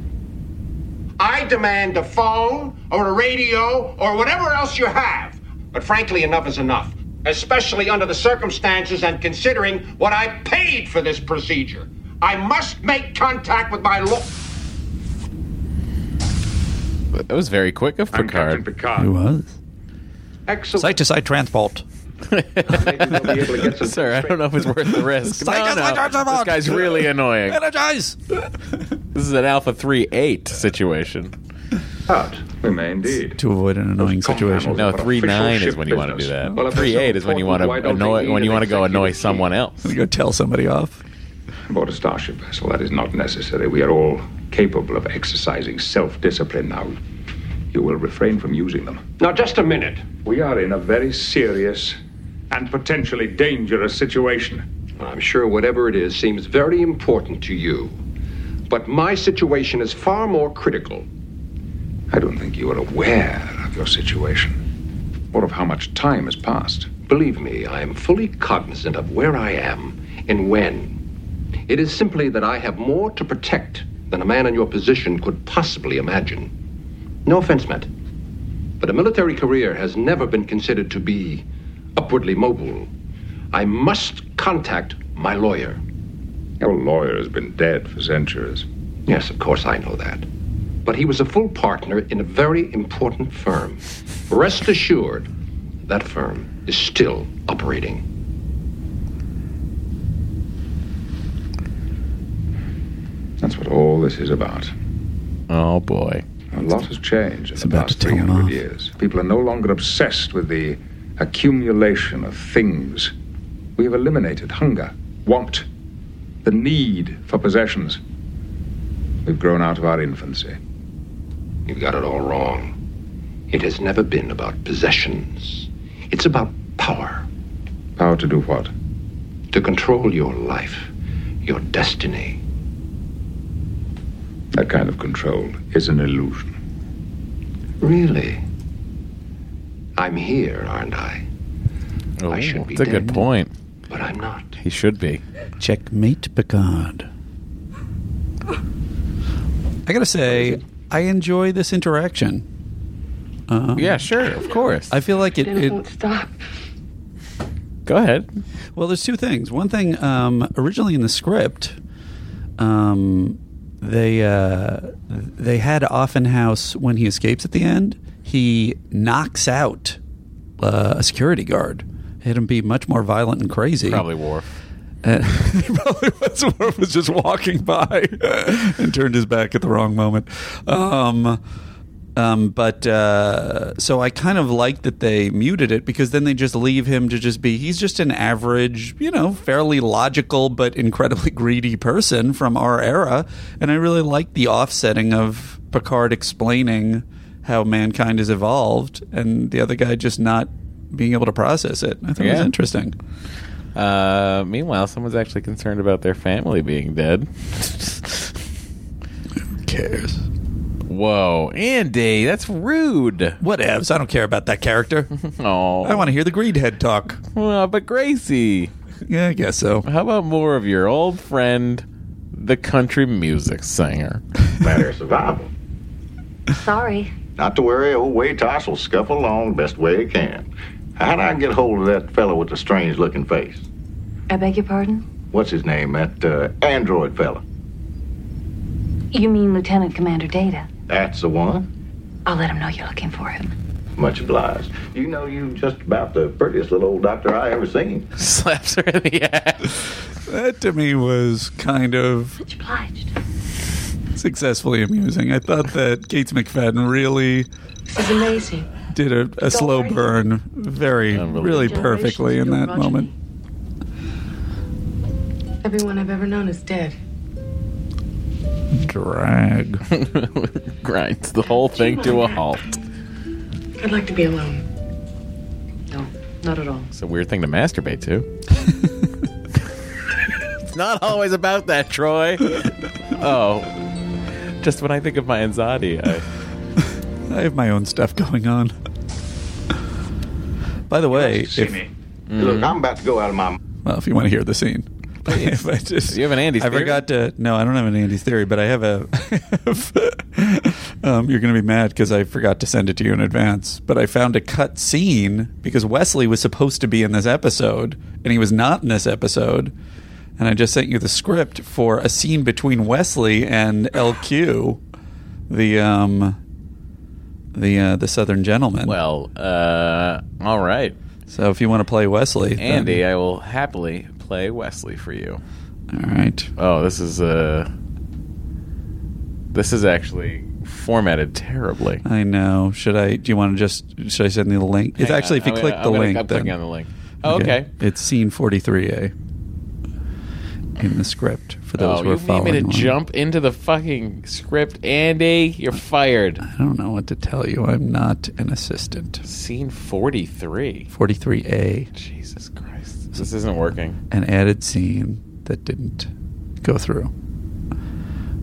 [SPEAKER 13] I demand a phone or a radio or whatever else you have. But frankly, enough is enough, especially under the circumstances and considering what I paid for this procedure. I must make contact with my law.
[SPEAKER 1] That was very quick of Picard.
[SPEAKER 2] He was.
[SPEAKER 13] Excellent.
[SPEAKER 2] Site to site
[SPEAKER 7] *laughs*
[SPEAKER 2] transport.
[SPEAKER 1] *laughs*
[SPEAKER 2] *laughs*
[SPEAKER 1] Sir, I don't know if it's worth the risk. No, no. This guy's
[SPEAKER 2] *laughs*
[SPEAKER 1] really annoying.
[SPEAKER 2] Energize.
[SPEAKER 1] This is an Alpha 3 8 situation.
[SPEAKER 9] Out. We may indeed.
[SPEAKER 2] To avoid an annoying situation.
[SPEAKER 1] No, 3 9 is when you want to do that. 3 8 is when you want to annoy, when you want to go annoy someone else.
[SPEAKER 2] Go tell somebody off.
[SPEAKER 9] Aboard a starship vessel, that is not necessary. We are all capable of exercising self discipline now. You will refrain from using them.
[SPEAKER 13] Now, just a minute.
[SPEAKER 9] We are in a very serious and potentially dangerous situation.
[SPEAKER 13] I'm sure whatever it is seems very important to you. But my situation is far more critical.
[SPEAKER 9] I don't think you are aware of your situation or of how much time has passed.
[SPEAKER 13] Believe me, I am fully cognizant of where I am and when. It is simply that I have more to protect than a man in your position could possibly imagine. No offense meant, but a military career has never been considered to be upwardly mobile. I must contact my lawyer.
[SPEAKER 9] Your lawyer has been dead for centuries.
[SPEAKER 13] Yes, of course I know that. But he was a full partner in a very important firm. Rest assured, that firm is still operating.
[SPEAKER 9] That's what all this is about.
[SPEAKER 1] Oh, boy.
[SPEAKER 9] A lot has changed in the past 300 years. People are no longer obsessed with the accumulation of things. We have eliminated hunger, want, the need for possessions. We've grown out of our infancy.
[SPEAKER 13] You've got it all wrong. It has never been about possessions. It's about power.
[SPEAKER 9] Power to do what?
[SPEAKER 13] To control your life, your destiny.
[SPEAKER 9] That kind of control is an illusion.
[SPEAKER 13] Really? I'm here, aren't I?
[SPEAKER 6] Oh.
[SPEAKER 13] I should be
[SPEAKER 1] That's a good
[SPEAKER 13] dead,
[SPEAKER 1] point.
[SPEAKER 13] But I'm not.
[SPEAKER 1] He should be.
[SPEAKER 2] Checkmate Picard. I gotta say, I enjoy this interaction. Um,
[SPEAKER 1] yeah, sure, of course.
[SPEAKER 2] I feel like it.
[SPEAKER 4] and it,
[SPEAKER 2] it
[SPEAKER 4] won't stop.
[SPEAKER 1] Go ahead.
[SPEAKER 2] Well, there's two things. One thing, um, originally in the script, um, they uh, they had Offenhouse when he escapes at the end. He knocks out uh, a security guard. Had him be much more violent and crazy.
[SPEAKER 1] Probably Worf.
[SPEAKER 2] And probably was Worf was just walking by *laughs* and turned his back at the wrong moment. Um, um, but uh, so I kind of like that they muted it because then they just leave him to just be. He's just an average, you know, fairly logical but incredibly *laughs* greedy person from our era, and I really like the offsetting of Picard explaining how mankind has evolved and the other guy just not being able to process it. I thought it was
[SPEAKER 1] Yeah.
[SPEAKER 2] interesting.
[SPEAKER 1] Uh, meanwhile, someone's actually concerned about their family being dead. Who
[SPEAKER 2] cares?
[SPEAKER 1] Whoa, Andy, that's rude.
[SPEAKER 2] Whatevs. I don't care about
[SPEAKER 1] *laughs*
[SPEAKER 2] that character.
[SPEAKER 1] oh,
[SPEAKER 2] I want to hear the greed head talk.
[SPEAKER 1] Well, but Gracie.
[SPEAKER 2] Yeah, I guess so.
[SPEAKER 1] How about more of your old friend, the country music
[SPEAKER 2] *laughs*
[SPEAKER 1] singer?
[SPEAKER 11] Matter of survival.
[SPEAKER 10] Sorry.
[SPEAKER 11] Not to worry, old Way Toss will scuffle along best way he can. How'd I get hold of that fellow with the strange looking face?
[SPEAKER 10] I beg your pardon?
[SPEAKER 11] What's his name? That uh, android fella.
[SPEAKER 10] You mean Lieutenant Commander Data?
[SPEAKER 11] That's the one.
[SPEAKER 10] I'll let him know you're looking for him.
[SPEAKER 11] Much obliged. You know, you just about the prettiest little old doctor I ever seen.
[SPEAKER 1] Slaps her in the ass.
[SPEAKER 2] That to me was kind of successfully amusing. I thought that Gates McFadden really
[SPEAKER 4] This is amazing.
[SPEAKER 2] did a, a slow burn very, really perfectly in that moment.
[SPEAKER 4] Everyone I've ever known is dead.
[SPEAKER 2] Drag.
[SPEAKER 1] *laughs* Grinds the whole thing to a halt.
[SPEAKER 4] I'd like to be alone.
[SPEAKER 12] No, not at all.
[SPEAKER 1] It's a weird thing to masturbate to. it's not always about that, Troy. Oh, just when I think of my anxiety, I.
[SPEAKER 2] I have my own stuff going on. *laughs* By the way, if,
[SPEAKER 11] Look, I'm about to go out of my.
[SPEAKER 2] well, if you want to hear the scene, if I just,
[SPEAKER 1] you have an Andy's
[SPEAKER 2] I
[SPEAKER 1] theory?
[SPEAKER 2] forgot to. No, I don't have an Andy's theory, but I have a. *laughs* um, you're going to be mad because I forgot to send it to you in advance. But I found a cut scene because Wesley was supposed to be in this episode, and he was not in this episode. And I just sent you the script for a scene between Wesley and LQ, the um, the uh, the Southern gentleman.
[SPEAKER 1] Well, uh, all right,
[SPEAKER 2] so if you want to play Wesley, then-
[SPEAKER 1] Andy, I will happily play Wesley for you.
[SPEAKER 2] all right.
[SPEAKER 1] Oh, this is uh, this is actually formatted terribly.
[SPEAKER 2] I know. Should I? Do you want to just? Should I send you the link? It's
[SPEAKER 1] Hang on,
[SPEAKER 2] actually if you
[SPEAKER 1] I'm
[SPEAKER 2] click
[SPEAKER 1] gonna-
[SPEAKER 2] the
[SPEAKER 1] I'm gonna-
[SPEAKER 2] link.
[SPEAKER 1] I'm
[SPEAKER 2] then-
[SPEAKER 1] clicking on the link. Oh, okay.
[SPEAKER 2] It's scene forty three a in the script for those
[SPEAKER 1] oh,
[SPEAKER 2] who are
[SPEAKER 1] you need
[SPEAKER 2] following.
[SPEAKER 1] me to
[SPEAKER 2] along.
[SPEAKER 1] jump into the fucking script, Andy? You're fired.
[SPEAKER 2] I don't know what to tell you. I'm not an assistant.
[SPEAKER 1] Scene forty-three.
[SPEAKER 2] Forty three a,
[SPEAKER 1] Jesus Christ, this isn't working.
[SPEAKER 2] an added scene that didn't go through.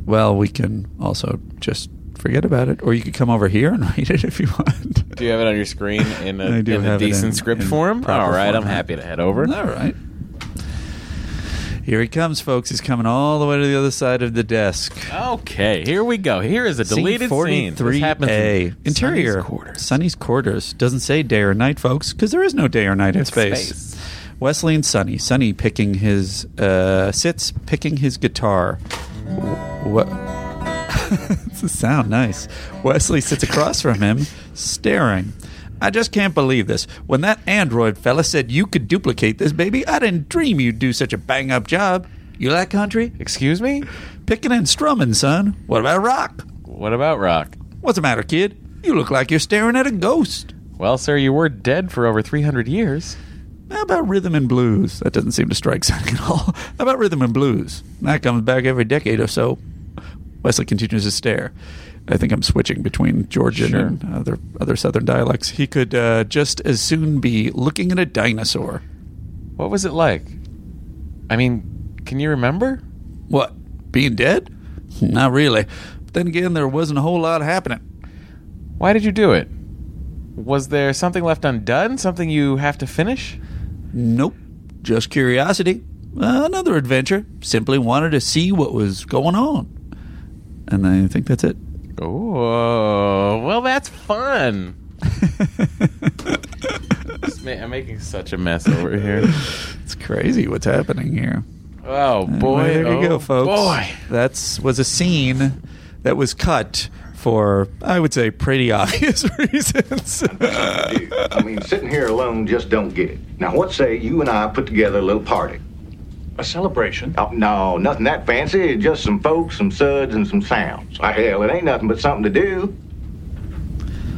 [SPEAKER 2] Well, we can also just forget about it, or you could come over here and *laughs* write it if you want.
[SPEAKER 1] Do you have it on your screen in a,
[SPEAKER 2] I do
[SPEAKER 1] in a
[SPEAKER 2] have it
[SPEAKER 1] decent
[SPEAKER 2] in-
[SPEAKER 1] script
[SPEAKER 2] in
[SPEAKER 1] form?
[SPEAKER 2] proper
[SPEAKER 1] All right, I'm
[SPEAKER 2] format.
[SPEAKER 1] happy to head over.
[SPEAKER 2] All right. Here he comes, folks. He's coming all the way to the other side of the desk.
[SPEAKER 1] Okay, here we go. Here is a deleted scene. This happens in
[SPEAKER 2] A. Interior.
[SPEAKER 1] Sunny's
[SPEAKER 2] quarters. Sunny's quarters. Doesn't say day or night, folks, because there is no day or night in space.
[SPEAKER 1] space.
[SPEAKER 2] Wesley and Sunny. Sunny picking his uh, sits, picking his guitar. What? *laughs* it's a sound nice. Wesley sits across from him, staring. I just can't believe this. When that android fella said you could duplicate this baby, I didn't dream you'd do such a bang up job. You like country?
[SPEAKER 1] Excuse me?
[SPEAKER 2] Picking and strumming, son. What about rock?
[SPEAKER 1] What about rock?
[SPEAKER 2] What's the matter, kid? You look like you're staring at a ghost.
[SPEAKER 1] Well, sir, you were dead for over 300 years.
[SPEAKER 2] How about rhythm and blues? That doesn't seem to strike *laughs* Sonny at all. How about rhythm and blues? That comes back every decade or so. Wesley continues to stare. I think I'm switching between Georgian
[SPEAKER 1] Sure.
[SPEAKER 2] and other other Southern dialects. He could uh, just as soon be looking at a dinosaur.
[SPEAKER 1] What was it like? I mean, can you remember?
[SPEAKER 2] What? Being dead? Not really. But then again, there wasn't a whole lot happening.
[SPEAKER 1] Why did you do it? Was there something left undone? Something you have to finish?
[SPEAKER 2] Nope. Just curiosity. Uh, another adventure. Simply wanted to see what was going on. And I think that's it.
[SPEAKER 1] Oh, well, that's fun.
[SPEAKER 2] *laughs*
[SPEAKER 1] Just ma- I'm making such a mess over here.
[SPEAKER 2] *laughs* It's crazy what's happening here.
[SPEAKER 1] Oh
[SPEAKER 2] Anyway,
[SPEAKER 1] boy!
[SPEAKER 2] there you
[SPEAKER 1] oh,
[SPEAKER 2] go, folks.
[SPEAKER 1] Boy,
[SPEAKER 2] that's was a scene that was cut for I would say pretty *laughs* obvious reasons.
[SPEAKER 11] *laughs* I mean, sitting here alone just don't get it. Now, what say you and I put together a little party?
[SPEAKER 7] A celebration?
[SPEAKER 11] Oh, no, nothing that fancy. Just some folks, some suds, and some sounds. Ah, hell, it ain't nothing but something to do.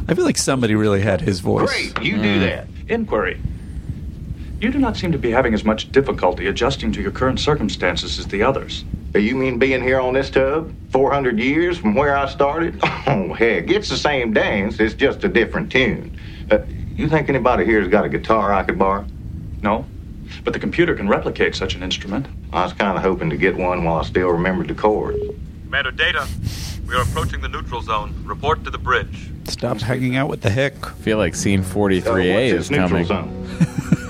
[SPEAKER 2] I feel like somebody really had his voice. Mm.
[SPEAKER 11] Great, you do that.
[SPEAKER 7] Inquiry. You do not seem to be having as much difficulty adjusting to your current circumstances as the others.
[SPEAKER 11] You mean being here on this tub 400 years from where I started? *laughs* Oh, heck, it's the same dance. It's just a different tune. Uh, you think anybody here's got a guitar I could borrow?
[SPEAKER 7] No, but the computer can replicate such an instrument.
[SPEAKER 11] I was kind of hoping to get one while I still remembered the chords.
[SPEAKER 5] Commander Data, we are approaching the neutral zone. Report to the bridge.
[SPEAKER 2] Stop hanging out with the hick.
[SPEAKER 1] I feel like scene 43A is coming.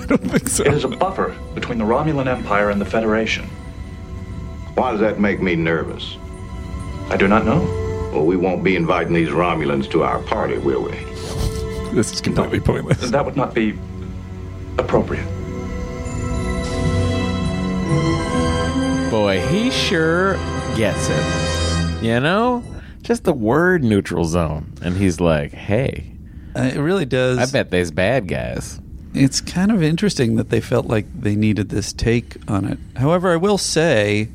[SPEAKER 7] It is a buffer between the Romulan Empire and the Federation.
[SPEAKER 11] Why does that make me nervous?
[SPEAKER 7] I do not know.
[SPEAKER 11] Well, we won't be inviting these Romulans to our party, will we?
[SPEAKER 2] This is completely pointless.
[SPEAKER 7] That would not be appropriate.
[SPEAKER 1] Boy, he sure gets it. You know, just the word neutral zone, and he's like, "Hey,
[SPEAKER 2] it really does."
[SPEAKER 1] I bet there's bad guys."
[SPEAKER 2] It's kind of interesting that they felt like they needed this take on it. However, I will say,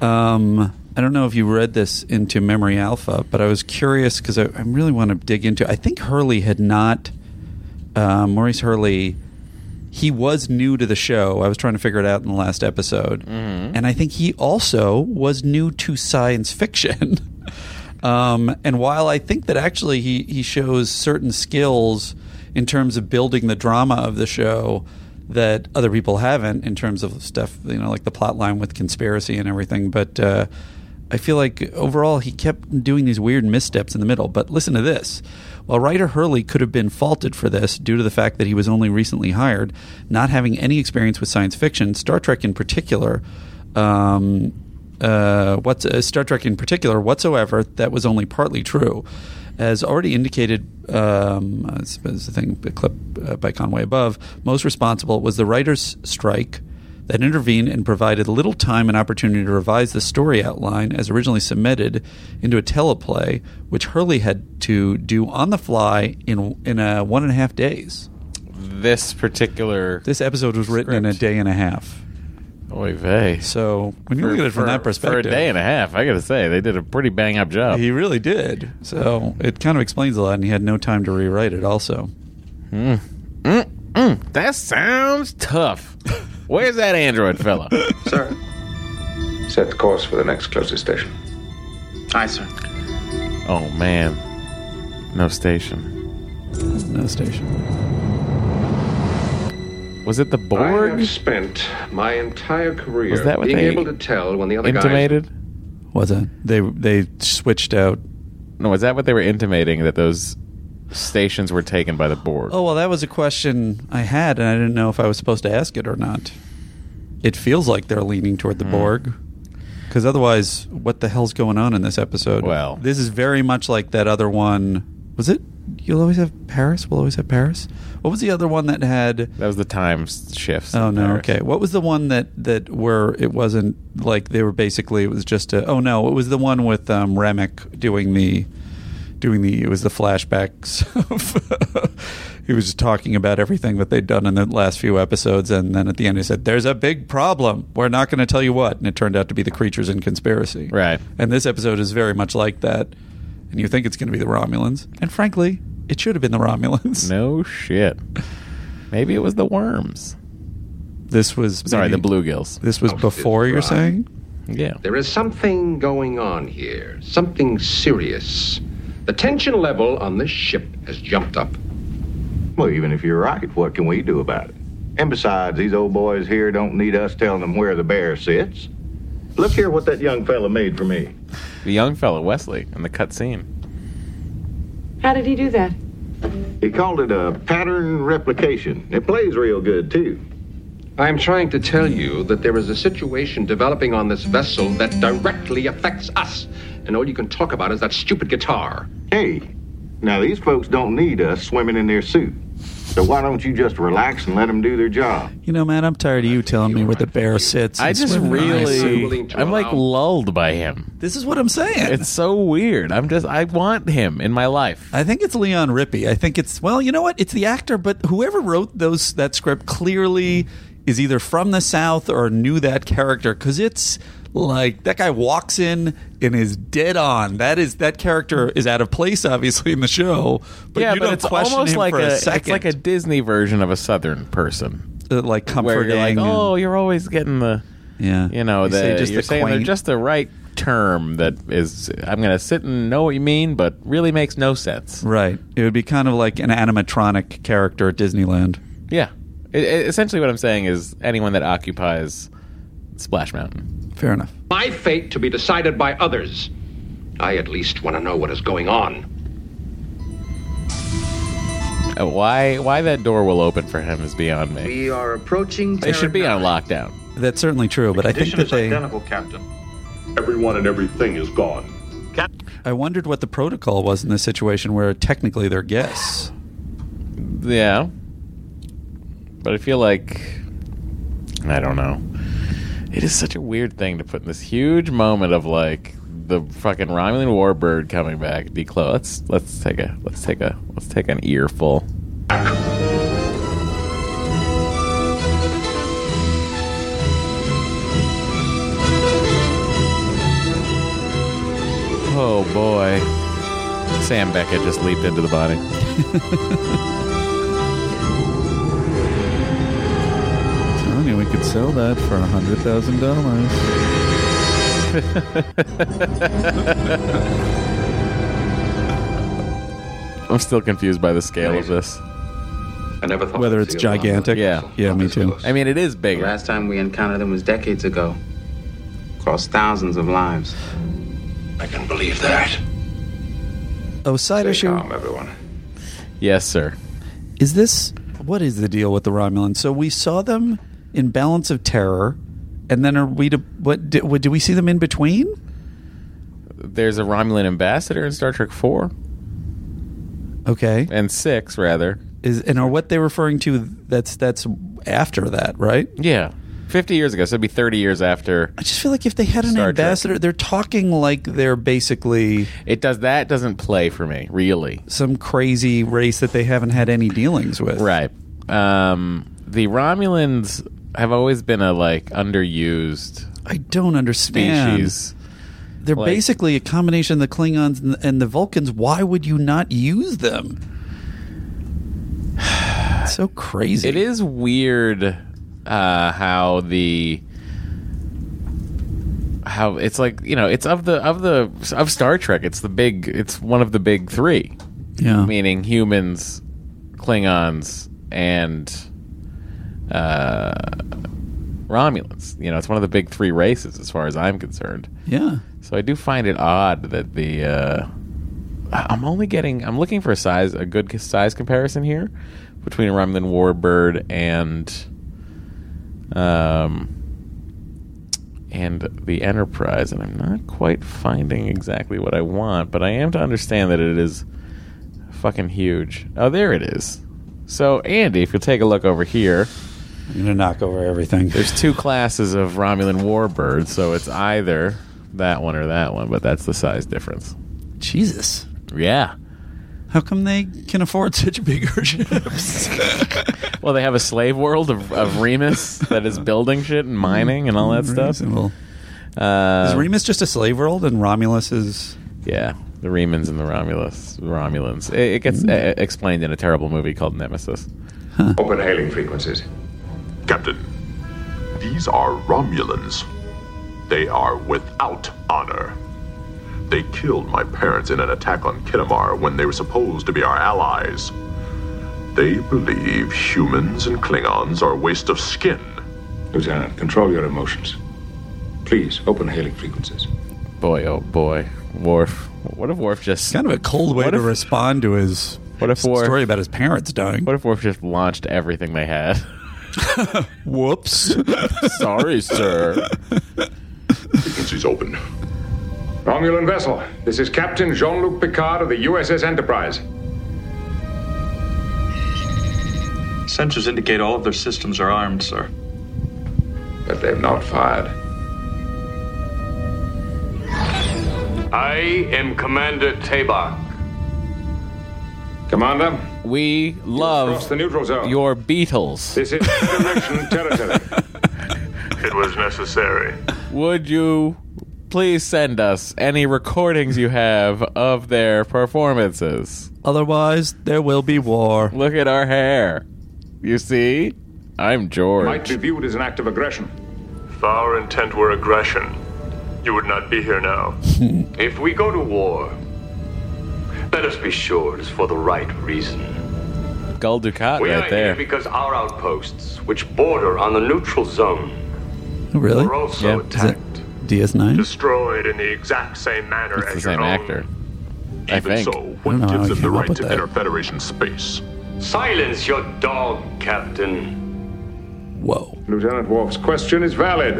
[SPEAKER 2] um, I don't know if you read this into Memory Alpha, but I was curious because I, I really want to dig into. I think Hurley had not, uh, Maurice Hurley, he was new to the show. I was trying to figure it out in the last episode, and I think he also was new to science fiction. *laughs* Um, and while I think that actually he, he shows certain skills in terms of building the drama of the show that other people haven't in terms of stuff, you know, like the plot line with conspiracy and everything. But uh, I feel like overall he kept doing these weird missteps in the middle. But listen to this. While writer Hurley could have been faulted for this due to the fact that he was only recently hired, not having any experience with science fiction, Star Trek in particular, um, uh, what's uh, Star Trek in particular whatsoever that was only partly true. As already indicated, um, I suppose the thing the clip uh, by Conway above, most responsible was the writers' strike that intervened and provided little time and opportunity to revise the story outline as originally submitted into a teleplay, which Hurley had to do on the fly in in uh, one and a half days.
[SPEAKER 1] This particular
[SPEAKER 2] This episode was written in a day and a half.
[SPEAKER 1] Oy vey.
[SPEAKER 2] So when you
[SPEAKER 1] For-
[SPEAKER 2] look at it from
[SPEAKER 1] for-
[SPEAKER 2] that perspective,
[SPEAKER 1] for a day and a half, I got to say they did a pretty bang up job.
[SPEAKER 2] He really did. So it kind of explains a lot, and he had no time to rewrite it. Also,
[SPEAKER 1] Hmm. Mm, that sounds tough. Where's that android
[SPEAKER 6] *laughs*
[SPEAKER 1] fella?
[SPEAKER 9] Sir. Set the course for the next closest station.
[SPEAKER 8] Aye, sir.
[SPEAKER 1] Oh man, no station.
[SPEAKER 2] No station.
[SPEAKER 1] Was it the
[SPEAKER 6] I
[SPEAKER 1] board?
[SPEAKER 6] have spent my entire career
[SPEAKER 1] Was that what
[SPEAKER 6] being
[SPEAKER 1] they
[SPEAKER 6] able to tell when the other
[SPEAKER 1] Intimated?
[SPEAKER 2] was it? They they switched out.
[SPEAKER 1] No, is that what they were intimating that those stations were taken by the board?
[SPEAKER 2] Oh well, that was a question I had, and I didn't know if I was supposed to ask it or not. It feels like they're leaning toward the Borg, because otherwise, what the hell's going on in this episode?
[SPEAKER 1] Well.
[SPEAKER 2] this is very much like that other one. Was it? You'll always have Paris. We'll always have Paris. What was the other one that had?
[SPEAKER 1] That was the time s- shifts.
[SPEAKER 2] Oh
[SPEAKER 1] in
[SPEAKER 2] no!
[SPEAKER 1] Paris.
[SPEAKER 2] Okay, what was the one that that where it wasn't like they were basically it was just a oh no it was the one with um, Remick doing the doing the it was the flashbacks of *laughs* he was just talking about everything that they'd done in the last few episodes and then at the end he said there's a big problem we're not going to tell you what and it turned out to be the creatures in conspiracy
[SPEAKER 1] Right.
[SPEAKER 2] and this episode is very much like that and you think it's going to be the Romulans and frankly it should have been the Romulans
[SPEAKER 1] No shit. Maybe it was the worms.
[SPEAKER 2] this was
[SPEAKER 1] Sorry,
[SPEAKER 2] maybe-
[SPEAKER 1] the bluegills.
[SPEAKER 2] this was before you're saying.
[SPEAKER 1] Yeah.
[SPEAKER 6] There is something going on here, something serious. The tension level on this ship has jumped up.
[SPEAKER 11] Well, even if you're right, what can we do about it? And besides, these old boys here don't need us telling them where the bear sits. Look here what that young fella made for me.
[SPEAKER 1] The young fella, Wesley, in the cut scene.
[SPEAKER 4] How did he do that?
[SPEAKER 11] He called it a pattern replication. It plays real good, too.
[SPEAKER 6] I am trying to tell you that there is a situation developing on this vessel that directly affects us, and all you can talk about is that stupid guitar.
[SPEAKER 11] Hey, now these folks don't need us swimming in their suit. So why don't you just relax and let them do their job?
[SPEAKER 2] You know, man, I'm tired of you telling me where the bear sits.
[SPEAKER 1] I
[SPEAKER 2] and
[SPEAKER 1] just
[SPEAKER 2] swimming in ice.
[SPEAKER 1] really, I'm like lulled by him.
[SPEAKER 2] This is what I'm saying.
[SPEAKER 1] It's so weird. I'm just, I want him in my life.
[SPEAKER 2] I think it's Leon Rippey. I think it's well, you know what? It's the actor, but whoever wrote those that script clearly is either from the South or knew that character because it's like that guy walks in and is dead on. That is that character is out of place, obviously in the show. But
[SPEAKER 1] yeah,
[SPEAKER 2] you
[SPEAKER 1] but
[SPEAKER 2] don't
[SPEAKER 1] it's
[SPEAKER 2] question
[SPEAKER 1] almost
[SPEAKER 2] him
[SPEAKER 1] like
[SPEAKER 2] for
[SPEAKER 1] a,
[SPEAKER 2] a,
[SPEAKER 1] it's
[SPEAKER 2] second. Uh,
[SPEAKER 1] like a Disney version of a Southern person,
[SPEAKER 2] like
[SPEAKER 1] where you're like,
[SPEAKER 2] comforting and-
[SPEAKER 1] oh, you're always getting the,
[SPEAKER 2] yeah,
[SPEAKER 1] you know,
[SPEAKER 2] You
[SPEAKER 1] the,
[SPEAKER 2] say just
[SPEAKER 1] you're
[SPEAKER 2] the
[SPEAKER 1] saying they're
[SPEAKER 2] quaint-
[SPEAKER 1] just the right term that is. I'm gonna sit and know what you mean, but really makes no sense.
[SPEAKER 2] right. It would be kind of like an animatronic character at Disneyland.
[SPEAKER 1] Yeah, It- it- essentially what I'm saying is anyone that occupies Splash Mountain.
[SPEAKER 2] Fair enough.
[SPEAKER 6] My fate to be decided by others. I at least want to know what is going on.
[SPEAKER 1] Uh, Why why that door will open for him is beyond me.
[SPEAKER 8] We are approaching.
[SPEAKER 1] They should be on lockdown.
[SPEAKER 2] That's certainly true, but I think that they.
[SPEAKER 7] Captain.
[SPEAKER 14] Everyone and everything is gone.
[SPEAKER 2] I wondered what the protocol was in this situation where technically they're guests.
[SPEAKER 1] Yeah. But I feel like I don't know. It is such a weird thing to put in this huge moment of like the fucking Romulan warbird coming back. Declo, let's let's take a let's take a let's take an earful. Oh boy. Sam Beckett just leaped into the body. *laughs*
[SPEAKER 2] Telling you, we could sell that for a hundred thousand dollars.
[SPEAKER 1] *laughs* I'm still confused by the scale of this.
[SPEAKER 6] I never thought
[SPEAKER 2] Whether it's gigantic,
[SPEAKER 1] Yeah.
[SPEAKER 2] yeah, me too.
[SPEAKER 1] I mean, it is bigger.
[SPEAKER 15] last time we encountered them was decades ago. Cost thousands of lives.
[SPEAKER 6] I can believe that.
[SPEAKER 2] Oh, side issue.
[SPEAKER 6] everyone.
[SPEAKER 1] Yes, sir.
[SPEAKER 2] Is this what is the deal with the Romulans? So we saw them in Balance of Terror, and then are we to what? Did, what, did we see them in between?
[SPEAKER 1] There's a Romulan ambassador in Star Trek 4
[SPEAKER 2] Okay,
[SPEAKER 1] and 6 rather.
[SPEAKER 2] is and are what they're referring to? That's that's after that, right?
[SPEAKER 1] Yeah. 50 years ago, so it'd be 30 years after.
[SPEAKER 2] I just feel like if they had an
[SPEAKER 1] Star Trek.
[SPEAKER 2] ambassador, they're talking like they're basically
[SPEAKER 1] It does that doesn't play for me, really.
[SPEAKER 2] some crazy race that they haven't had any dealings with.
[SPEAKER 1] Right. Um the Romulans have always been a like underused
[SPEAKER 2] I don't understand.
[SPEAKER 1] species.
[SPEAKER 2] They're
[SPEAKER 1] Like-
[SPEAKER 2] basically a combination of the Klingons and, and the Vulcans. Why would you not use them? *sighs* It's so crazy.
[SPEAKER 1] It is weird uh, how the how it's like you know it's of the of the of Star Trek. It's the big. It's one of the big three.
[SPEAKER 2] Yeah.
[SPEAKER 1] meaning humans, Klingons, and uh, Romulans. You know, it's one of the big three races as far as I'm concerned.
[SPEAKER 2] Yeah.
[SPEAKER 1] So I do find it odd that the uh, I- I'm only getting I'm looking for a size a good c- size comparison here between a Romulan warbird and um and the Enterprise, and I'm not quite finding exactly what I want, but I am to understand that it is fucking huge. Oh, there it is. So Andy, if you'll take a look over here.
[SPEAKER 2] I'm gonna knock over everything. *laughs*
[SPEAKER 1] There's two classes of Romulan warbirds, so it's either that one or that one, but that's the size difference.
[SPEAKER 2] Jesus.
[SPEAKER 1] Yeah.
[SPEAKER 2] How come they can afford *laughs* such bigger ships?
[SPEAKER 1] Well, they have a slave world of, of Remus that is building shit and mining and all that stuff.
[SPEAKER 2] Reasonable.
[SPEAKER 1] Uh,
[SPEAKER 2] is Remus just a slave world and Romulus is?
[SPEAKER 1] Yeah, the Remans and the Romulus, Romulans. It, it
[SPEAKER 2] Mm.
[SPEAKER 1] gets uh, explained in a terrible movie called Nemesis.
[SPEAKER 9] Open hailing frequencies.
[SPEAKER 14] Captain, these are Romulans. They are without honor. They killed my parents in an attack on Kitamar when they were supposed to be our allies. They believe humans and Klingons are a waste of skin.
[SPEAKER 9] Lieutenant, control your emotions. Please, open hailing frequencies.
[SPEAKER 1] Boy, oh boy, Worf. What if Worf just
[SPEAKER 2] kind of a cold way
[SPEAKER 1] What
[SPEAKER 2] to
[SPEAKER 1] if-
[SPEAKER 2] respond to his
[SPEAKER 1] What if Worf,
[SPEAKER 2] story about his parents dying.
[SPEAKER 1] What if Worf just launched everything they had?
[SPEAKER 2] Whoops. *laughs*
[SPEAKER 1] Sorry, sir.
[SPEAKER 14] Frequencies open.
[SPEAKER 9] Romulan vessel. This is Captain Jean Luc Picard of the USS Enterprise.
[SPEAKER 7] Sensors indicate all of their systems are armed, sir.
[SPEAKER 9] But they've not fired.
[SPEAKER 16] I am Commander Tabak.
[SPEAKER 9] Commander?
[SPEAKER 1] We love
[SPEAKER 9] the neutral zone.
[SPEAKER 1] your Beatles.
[SPEAKER 9] This
[SPEAKER 1] *laughs*
[SPEAKER 9] is direction territory.
[SPEAKER 16] It was necessary.
[SPEAKER 1] *laughs* Would you please send us any recordings you have of their performances?
[SPEAKER 2] Otherwise, there will be war.
[SPEAKER 1] Look at our hair. You see? I'm George.
[SPEAKER 9] Might be viewed as an act of aggression.
[SPEAKER 16] If our intent were aggression, you would not be here now. if we go to war, let us be sure it is for the right reason.
[SPEAKER 1] Gul Dukat
[SPEAKER 16] we
[SPEAKER 1] right
[SPEAKER 16] are
[SPEAKER 1] there.
[SPEAKER 16] here because our outposts, which border on the neutral zone,
[SPEAKER 2] Oh, *laughs* really?
[SPEAKER 16] We're also
[SPEAKER 2] Is it DS9?
[SPEAKER 16] destroyed in the exact same manner
[SPEAKER 2] It's
[SPEAKER 16] as
[SPEAKER 2] the
[SPEAKER 16] your
[SPEAKER 2] same
[SPEAKER 16] own.
[SPEAKER 2] actor.
[SPEAKER 1] I
[SPEAKER 14] Even
[SPEAKER 1] think.
[SPEAKER 2] I
[SPEAKER 14] so,
[SPEAKER 2] don't know
[SPEAKER 14] what
[SPEAKER 2] how
[SPEAKER 14] gives
[SPEAKER 2] he
[SPEAKER 14] them the
[SPEAKER 2] came up
[SPEAKER 14] right
[SPEAKER 2] with
[SPEAKER 14] to
[SPEAKER 2] that.
[SPEAKER 14] enter Federation space?
[SPEAKER 16] Silence your dog, Captain.
[SPEAKER 2] Whoa.
[SPEAKER 9] Lieutenant Worf's question is valid.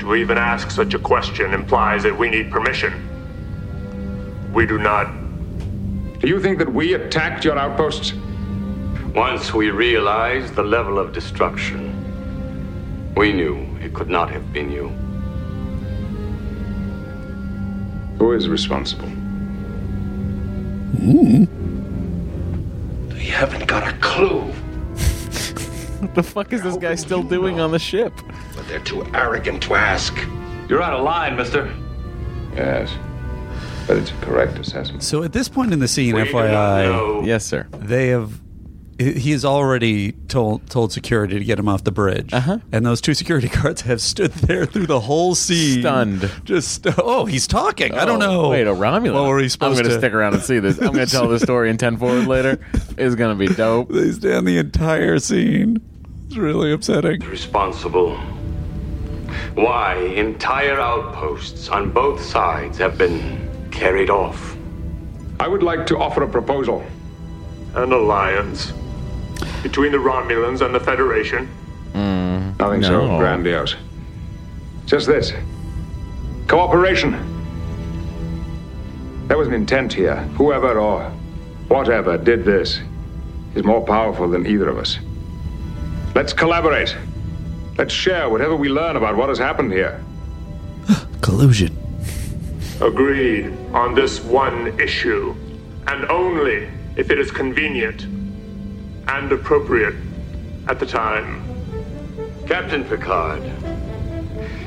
[SPEAKER 16] To even ask such a question implies that we need permission. We do not.
[SPEAKER 9] Do you think that we attacked your outposts?
[SPEAKER 16] Once we realized the level of destruction, we knew it could not have been you.
[SPEAKER 9] Who is responsible?
[SPEAKER 2] Hmm.
[SPEAKER 16] They haven't got a clue.
[SPEAKER 1] What *laughs* the fuck is this guy still doing on the ship?
[SPEAKER 6] But they're too arrogant to ask.
[SPEAKER 16] You're out of line, mister.
[SPEAKER 9] Yes. But it's a correct assessment.
[SPEAKER 2] So at this point in the scene,
[SPEAKER 9] We do not
[SPEAKER 2] FYI,
[SPEAKER 1] yes, sir.
[SPEAKER 2] They have. he- He has already told told security to get him off the bridge, uh-huh. and those two security guards have stood there through the whole scene,
[SPEAKER 1] Stunned. Oh,
[SPEAKER 2] Just stu- oh, he's talking. I don't know.
[SPEAKER 1] Wait, a Romulan.
[SPEAKER 2] What were he
[SPEAKER 1] I'm
[SPEAKER 2] supposed
[SPEAKER 1] gonna
[SPEAKER 2] to
[SPEAKER 1] stick around and see this. I'm going to tell this story in 10 forward later. It's going to be dope.
[SPEAKER 2] *laughs* They stand the entire scene. It's really upsetting.
[SPEAKER 16] Responsible. Why entire outposts on both sides have been carried off.
[SPEAKER 9] I would like to offer a proposal.
[SPEAKER 16] An alliance between the Romulans and the Federation.
[SPEAKER 2] Hmm.
[SPEAKER 9] Nothing
[SPEAKER 16] No.
[SPEAKER 9] so grandiose. Just this cooperation. There was an intent here. Whoever or whatever did this is more powerful than either of us. Let's collaborate. Let's share whatever we learn about what has happened here.
[SPEAKER 2] Collusion.
[SPEAKER 16] Agreed on this one issue, and only if it is convenient and appropriate at the time. Captain Picard,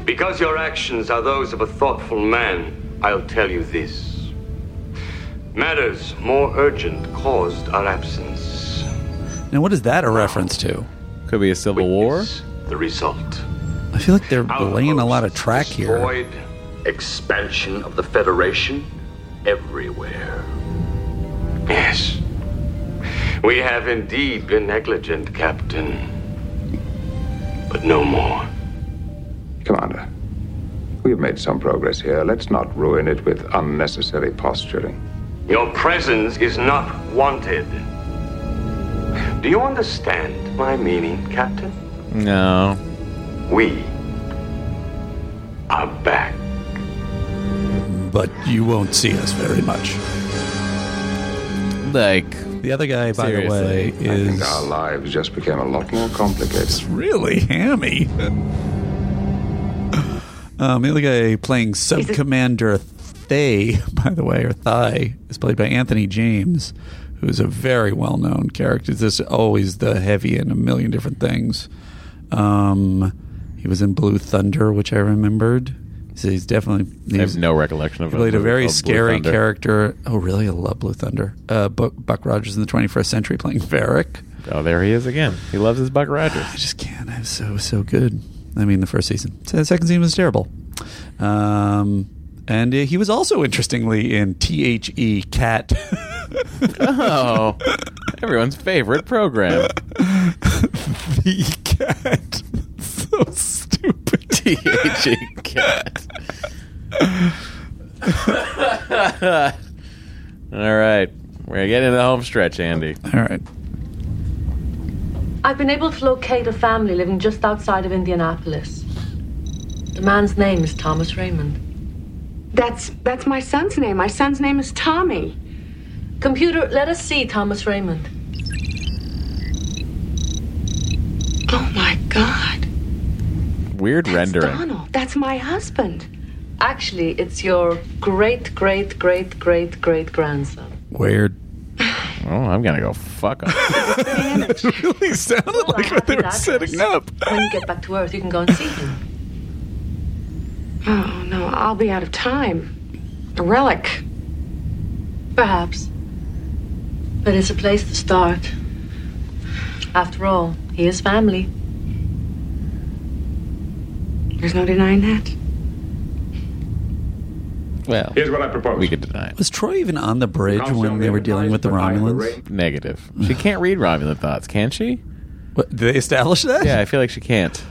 [SPEAKER 16] because your actions are those of a thoughtful man, I'll tell you this. Matters more urgent caused our absence.
[SPEAKER 2] Now, what is that a reference to?
[SPEAKER 1] Could be a civil war.
[SPEAKER 16] The result
[SPEAKER 2] I feel like they're laying a lot of track here.
[SPEAKER 16] void, expansion of the Federation everywhere. Yes. We have indeed been negligent, Captain. But no more.
[SPEAKER 9] Commander, we have made some progress here. Let's not ruin it with unnecessary posturing.
[SPEAKER 16] Your presence is not wanted. Do you understand my meaning, Captain?
[SPEAKER 1] No.
[SPEAKER 16] We are back.
[SPEAKER 2] But you won't see us very much.
[SPEAKER 1] Like
[SPEAKER 2] the other guy, by the
[SPEAKER 9] I
[SPEAKER 2] way, is
[SPEAKER 9] think our lives just became a lot more complicated.
[SPEAKER 2] really hammy. Um, the other guy playing Sub Commander Thay, by the way, or Thigh, is played by Anthony James, who's a very well known character. He's just always the heavy in a million different things. Um, he was in Blue Thunder, which I remembered. So he's definitely.
[SPEAKER 1] I
[SPEAKER 2] he's-
[SPEAKER 1] have no recollection of
[SPEAKER 2] he played a
[SPEAKER 1] of-
[SPEAKER 2] very
[SPEAKER 1] of Blue
[SPEAKER 2] scary
[SPEAKER 1] Thunder.
[SPEAKER 2] character. Oh, really? I love Blue Thunder. Uh, Buck, Buck Rogers in the 21st Century playing Varric.
[SPEAKER 1] Oh, there he is again. He loves his Buck Rogers. I
[SPEAKER 2] just can't. I was so so good. I mean, the first season. So The second season was terrible. Um, and uh, he was also interestingly in THE Cat. *laughs*
[SPEAKER 1] oh, everyone's favorite program.
[SPEAKER 2] *laughs* the cat. so
[SPEAKER 1] *laughs*
[SPEAKER 2] stupid.
[SPEAKER 1] THE E cat. All right. We're getting to the home stretch, Andy.
[SPEAKER 2] All right.
[SPEAKER 12] I've been able to locate a family living just outside of Indianapolis. The man's name is Thomas Raymond.
[SPEAKER 4] That's that's my son's name. My son's name is Tommy.
[SPEAKER 12] Computer, let us see Thomas Raymond.
[SPEAKER 4] Oh my God,
[SPEAKER 1] Weird rendering.
[SPEAKER 4] Donald, that's my husband.
[SPEAKER 12] Actually, it's your great, great, great, great, great grandson.
[SPEAKER 1] Weird. Oh, I'm gonna go fuck up.
[SPEAKER 2] *laughs*
[SPEAKER 12] it
[SPEAKER 1] really sounded
[SPEAKER 12] like what
[SPEAKER 1] they were setting up.
[SPEAKER 12] when you get back to Earth, you can go and see him.
[SPEAKER 4] Oh no, I'll be out of time. A relic.
[SPEAKER 12] Perhaps. But it's a place to start. After all, he is family.
[SPEAKER 4] There's no denying that.
[SPEAKER 1] Well,
[SPEAKER 9] here's what I propose.
[SPEAKER 1] We could deny it.
[SPEAKER 2] Was Troy even on the bridge when they were dealing with the Romulans? *sighs*
[SPEAKER 1] Negative. She can't read Romulan thoughts, can she?
[SPEAKER 2] What, did they establish that?
[SPEAKER 1] Yeah, I feel like she can't.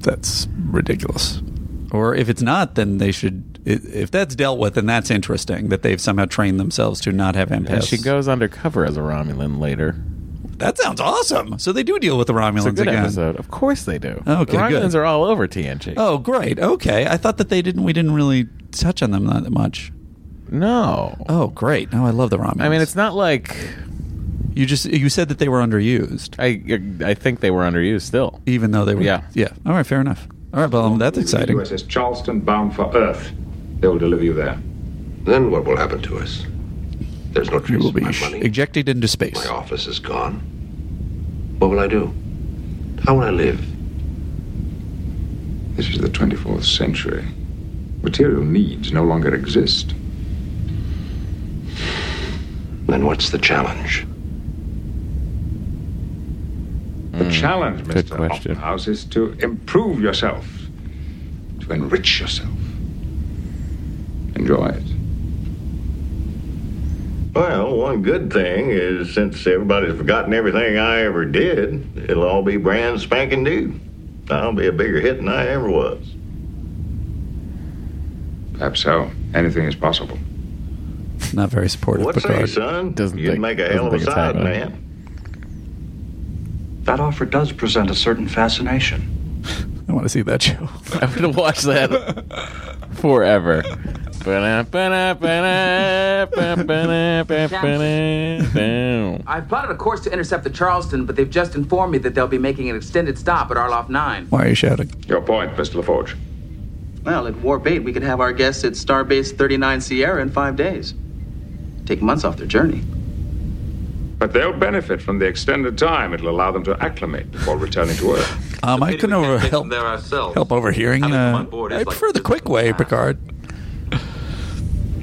[SPEAKER 2] That's ridiculous. Or if it's not, then they should. i- If that's dealt with, then that's interesting that they've somehow trained themselves to not have empaths.
[SPEAKER 1] And she goes undercover as a Romulan later.
[SPEAKER 2] That sounds awesome. So they do deal with the Romulans
[SPEAKER 1] It's a good
[SPEAKER 2] again.
[SPEAKER 1] episode. Of course they do.
[SPEAKER 2] Oh, Okay,
[SPEAKER 1] the Romulans
[SPEAKER 2] good.
[SPEAKER 1] are all over TNG.
[SPEAKER 2] Oh, great. Okay, I thought that they didn't. We didn't really touch on them that much.
[SPEAKER 1] No.
[SPEAKER 2] Oh, great. No, I love the Romulans.
[SPEAKER 1] I mean, it's not like
[SPEAKER 2] you just you said that they were underused,
[SPEAKER 1] I I think they were underused still.
[SPEAKER 2] even though they were.
[SPEAKER 1] Yeah.
[SPEAKER 2] Yeah. All right. Fair enough. All right. Well, um, that's exciting.
[SPEAKER 9] USS Charleston bound for Earth. They will deliver you there.
[SPEAKER 6] Then what will happen to us? There's no
[SPEAKER 2] We
[SPEAKER 6] trace
[SPEAKER 2] will
[SPEAKER 6] of
[SPEAKER 2] be
[SPEAKER 6] my
[SPEAKER 2] sh-
[SPEAKER 6] money.
[SPEAKER 2] ejected into space.
[SPEAKER 6] My office is gone. What will I do? How will I live?
[SPEAKER 9] This is the 24th century. Material needs no longer exist.
[SPEAKER 6] Then what's the challenge?
[SPEAKER 9] The challenge,
[SPEAKER 1] Hmm, Good
[SPEAKER 9] Mr.
[SPEAKER 1] question.
[SPEAKER 9] House, is to improve yourself, to enrich yourself. Enjoy it.
[SPEAKER 11] Well, one good thing is since everybody's forgotten everything I ever did, it'll all be brand spanking new. I'll be a bigger hit than I ever was.
[SPEAKER 9] Perhaps so. Anything is possible.
[SPEAKER 2] Not very supportive.
[SPEAKER 11] What say,
[SPEAKER 2] Picard.
[SPEAKER 11] son?
[SPEAKER 1] Doesn't
[SPEAKER 11] You'd
[SPEAKER 1] think-
[SPEAKER 11] make a
[SPEAKER 1] doesn't
[SPEAKER 11] hell of a
[SPEAKER 1] think it's
[SPEAKER 11] side
[SPEAKER 1] happening.
[SPEAKER 11] man.
[SPEAKER 7] That offer does present a certain fascination.
[SPEAKER 2] I want to see that *laughs* show.
[SPEAKER 1] *laughs* I would watch that forever. Ba-da, ba-da, ba-da, ba-ba-da, ba-ba-da, down.
[SPEAKER 8] I've plotted a course to intercept the Charleston, but they've just informed me that they'll be making an extended stop at Arloff 9.
[SPEAKER 2] Why are you shouting?
[SPEAKER 9] Your point, Mr. LaForge.
[SPEAKER 8] Well, at Warp 8, we could have our guests at Starbase 39 Sierra in five days. Take months off their journey.
[SPEAKER 9] But they'll benefit from the extended time. It'll allow them to acclimate before returning to Earth.
[SPEAKER 2] Um, I couldn't over help
[SPEAKER 5] There ourselves.
[SPEAKER 2] help overhearing. Uh,
[SPEAKER 5] board is
[SPEAKER 2] I
[SPEAKER 5] like
[SPEAKER 2] prefer the quick way, Picard.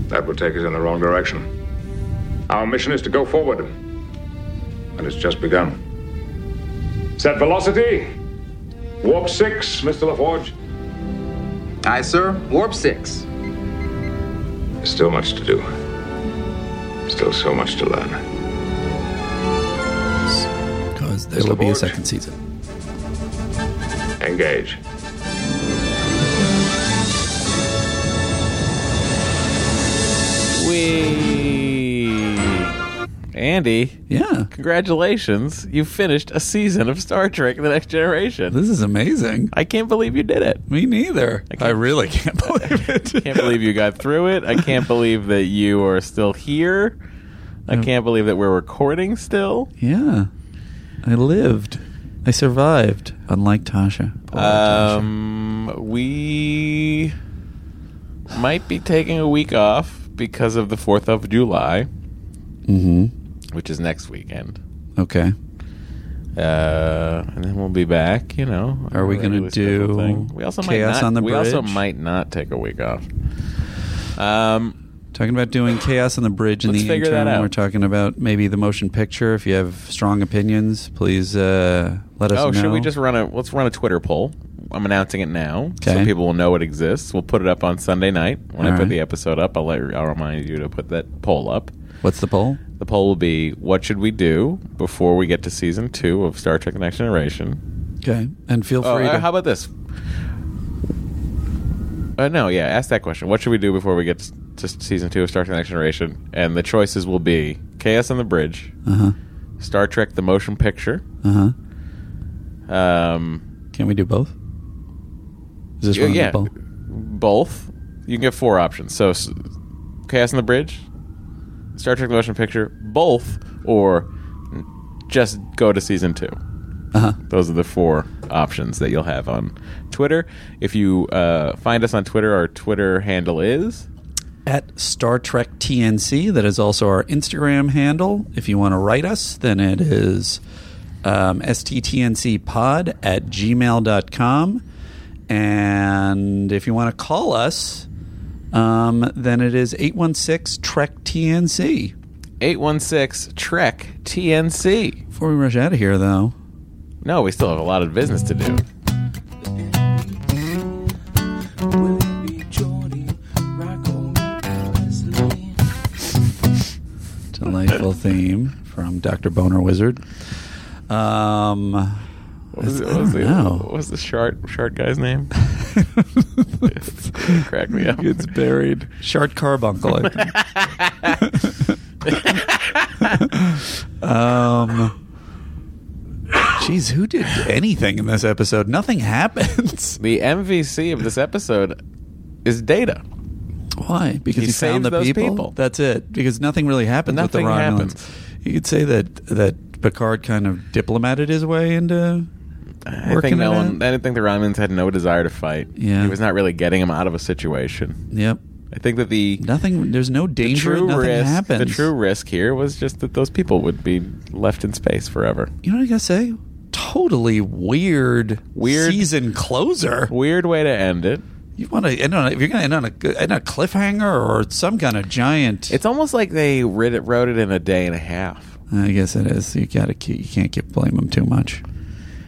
[SPEAKER 9] That will take us in the wrong direction. Our mission is to go forward, and it's just begun. Set velocity. Warp six, Mr. LaForge.
[SPEAKER 8] Aye, sir. Warp 6.
[SPEAKER 9] There's still much to do. Still so much to learn.
[SPEAKER 2] Because there will be a second season.
[SPEAKER 9] Engage.
[SPEAKER 1] We Andy,
[SPEAKER 2] Yeah.
[SPEAKER 1] congratulations! You finished a season of Star Trek: The Next Generation.
[SPEAKER 2] This is amazing.
[SPEAKER 1] I can't believe you did it.
[SPEAKER 2] Me neither. I, really can't *laughs* believe
[SPEAKER 1] I
[SPEAKER 2] it.
[SPEAKER 1] can't believe you got through it. I can't believe that you are still here. I can't believe that we're recording still.
[SPEAKER 2] yeah. I lived. I survived, unlike Tasha. Poor
[SPEAKER 1] Uh, Um, we might be taking a week off because of the 4th of July,
[SPEAKER 2] Tasha. Mm-hmm.
[SPEAKER 1] which is next weekend.
[SPEAKER 2] Okay.
[SPEAKER 1] Uh, and then we'll be back, you know.
[SPEAKER 2] Are we
[SPEAKER 1] on a
[SPEAKER 2] gonna
[SPEAKER 1] regularly scheduled
[SPEAKER 2] do
[SPEAKER 1] thing. we also
[SPEAKER 2] Chaos
[SPEAKER 1] might not,
[SPEAKER 2] on the
[SPEAKER 1] We also
[SPEAKER 2] Bridge?
[SPEAKER 1] might not take a week off. Um,
[SPEAKER 2] Talking about doing chaos on the bridge in
[SPEAKER 1] Let's
[SPEAKER 2] the
[SPEAKER 1] figure that
[SPEAKER 2] interim.
[SPEAKER 1] out.
[SPEAKER 2] We're talking about maybe the motion picture. If you have strong opinions, please uh, let us
[SPEAKER 1] oh,
[SPEAKER 2] know.
[SPEAKER 1] should we just run a let's run a Twitter poll? I'm announcing it now, so
[SPEAKER 2] Okay.
[SPEAKER 1] people will know it exists. We'll put it up on Sunday night when I
[SPEAKER 2] All
[SPEAKER 1] put
[SPEAKER 2] right.
[SPEAKER 1] the episode up. I'll let I'll remind you to put that poll up.
[SPEAKER 2] What's the poll?
[SPEAKER 1] The poll will be what should we do before we get to season two of Star Trek The Next Generation?
[SPEAKER 2] Okay. And feel
[SPEAKER 1] Oh,
[SPEAKER 2] free
[SPEAKER 1] uh,
[SPEAKER 2] to.
[SPEAKER 1] how about this? Uh, no, yeah, ask that question. What should we do before we get s- to s- season two of Star Trek The Next Generation? And the choices will be Chaos on the Bridge,
[SPEAKER 2] uh huh.
[SPEAKER 1] Star Trek The Motion Picture.
[SPEAKER 2] Uh huh.
[SPEAKER 1] Um,
[SPEAKER 2] Can we do both? Is this
[SPEAKER 1] Yeah,
[SPEAKER 2] one of the
[SPEAKER 1] yeah.
[SPEAKER 2] poll?
[SPEAKER 1] both You can get four options. So, s Chaos on the Bridge, Star Trek: The Motion Picture, both, or n- just go to season 2
[SPEAKER 2] Uh-huh.
[SPEAKER 1] Those are the four options that you'll have on Twitter. If you uh, find us on Twitter, our Twitter handle is
[SPEAKER 2] at Star Trek TNC. That is also our Instagram handle. If you want to write us, then it is um, sttncpod at gmail.com. And if you want to call us, um, then it is 816 Trek TNC.
[SPEAKER 1] 816 Trek TNC.
[SPEAKER 2] Before we rush out of here, though,
[SPEAKER 1] No, we still have a lot of business to do.
[SPEAKER 2] delightful theme from Dr. Boner Wizard. Um,
[SPEAKER 1] What was, it, what, was the, what was the shark shark guy's
[SPEAKER 2] *laughs*
[SPEAKER 1] name? *laughs* Crack me up.
[SPEAKER 2] It's buried. Shard carbuncle. I think. *laughs* um. Jeez, who did anything in this episode? Nothing happens.
[SPEAKER 1] The MVC of this episode is Data.
[SPEAKER 2] Why? Because
[SPEAKER 1] He
[SPEAKER 2] he,
[SPEAKER 1] saves
[SPEAKER 2] found the
[SPEAKER 1] those
[SPEAKER 2] people?
[SPEAKER 1] people.
[SPEAKER 2] That's it. Because nothing really happens
[SPEAKER 1] Nothing
[SPEAKER 2] with the Romulans.
[SPEAKER 1] happens.
[SPEAKER 2] You could say that that Picard kind of diplomated his way into
[SPEAKER 1] I
[SPEAKER 2] working
[SPEAKER 1] think no
[SPEAKER 2] it out.
[SPEAKER 1] one. I didn't think the Romulans had no desire to fight.
[SPEAKER 2] Yeah.
[SPEAKER 1] he was not really getting them out of a situation.
[SPEAKER 2] Yep.
[SPEAKER 1] I think that the
[SPEAKER 2] Nothing. There's no
[SPEAKER 1] the
[SPEAKER 2] danger.
[SPEAKER 1] true
[SPEAKER 2] nothing
[SPEAKER 1] risk,
[SPEAKER 2] happens.
[SPEAKER 1] the true risk here was just that those people would be left in space forever.
[SPEAKER 2] You know what I gotta say? Totally weird,
[SPEAKER 1] Weird-
[SPEAKER 2] season closer.
[SPEAKER 1] Weird way to end it.
[SPEAKER 2] You want to end on if you're gonna end on a good- end on a cliffhanger or some kind of giant.
[SPEAKER 1] It's almost like they writ it, wrote it in a day and a half.
[SPEAKER 2] I guess it is. You gotta keep, you can't get, blame them too *laughs* much.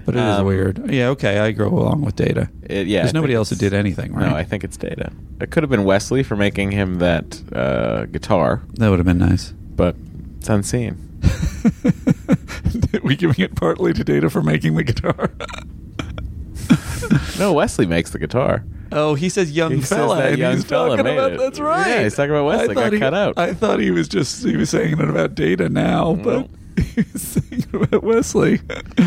[SPEAKER 2] But it is
[SPEAKER 1] Um,
[SPEAKER 2] weird. Yeah. Okay. I go along with data.
[SPEAKER 1] It- yeah, I
[SPEAKER 2] There's nobody
[SPEAKER 1] think
[SPEAKER 2] else who
[SPEAKER 1] it's-
[SPEAKER 2] did anything, right?
[SPEAKER 1] No, I think it's Data. It could have been Wesley for making him that uh, guitar,
[SPEAKER 2] that would have been nice.
[SPEAKER 1] but it's unseen.
[SPEAKER 2] we giving it partly to data for making the guitar.
[SPEAKER 1] *laughs* No, Wesley makes the guitar.
[SPEAKER 2] Oh, he says young
[SPEAKER 1] He says
[SPEAKER 2] fella.
[SPEAKER 1] that
[SPEAKER 2] and
[SPEAKER 1] young
[SPEAKER 2] he's
[SPEAKER 1] fella
[SPEAKER 2] talking
[SPEAKER 1] made
[SPEAKER 2] about
[SPEAKER 1] it.
[SPEAKER 2] that's right.
[SPEAKER 1] Yeah, he's talking about Wesley,
[SPEAKER 2] I
[SPEAKER 1] got
[SPEAKER 2] thought he-
[SPEAKER 1] cut out.
[SPEAKER 2] I thought he was just he was saying it about data now, but *laughs* he was saying it about Wesley.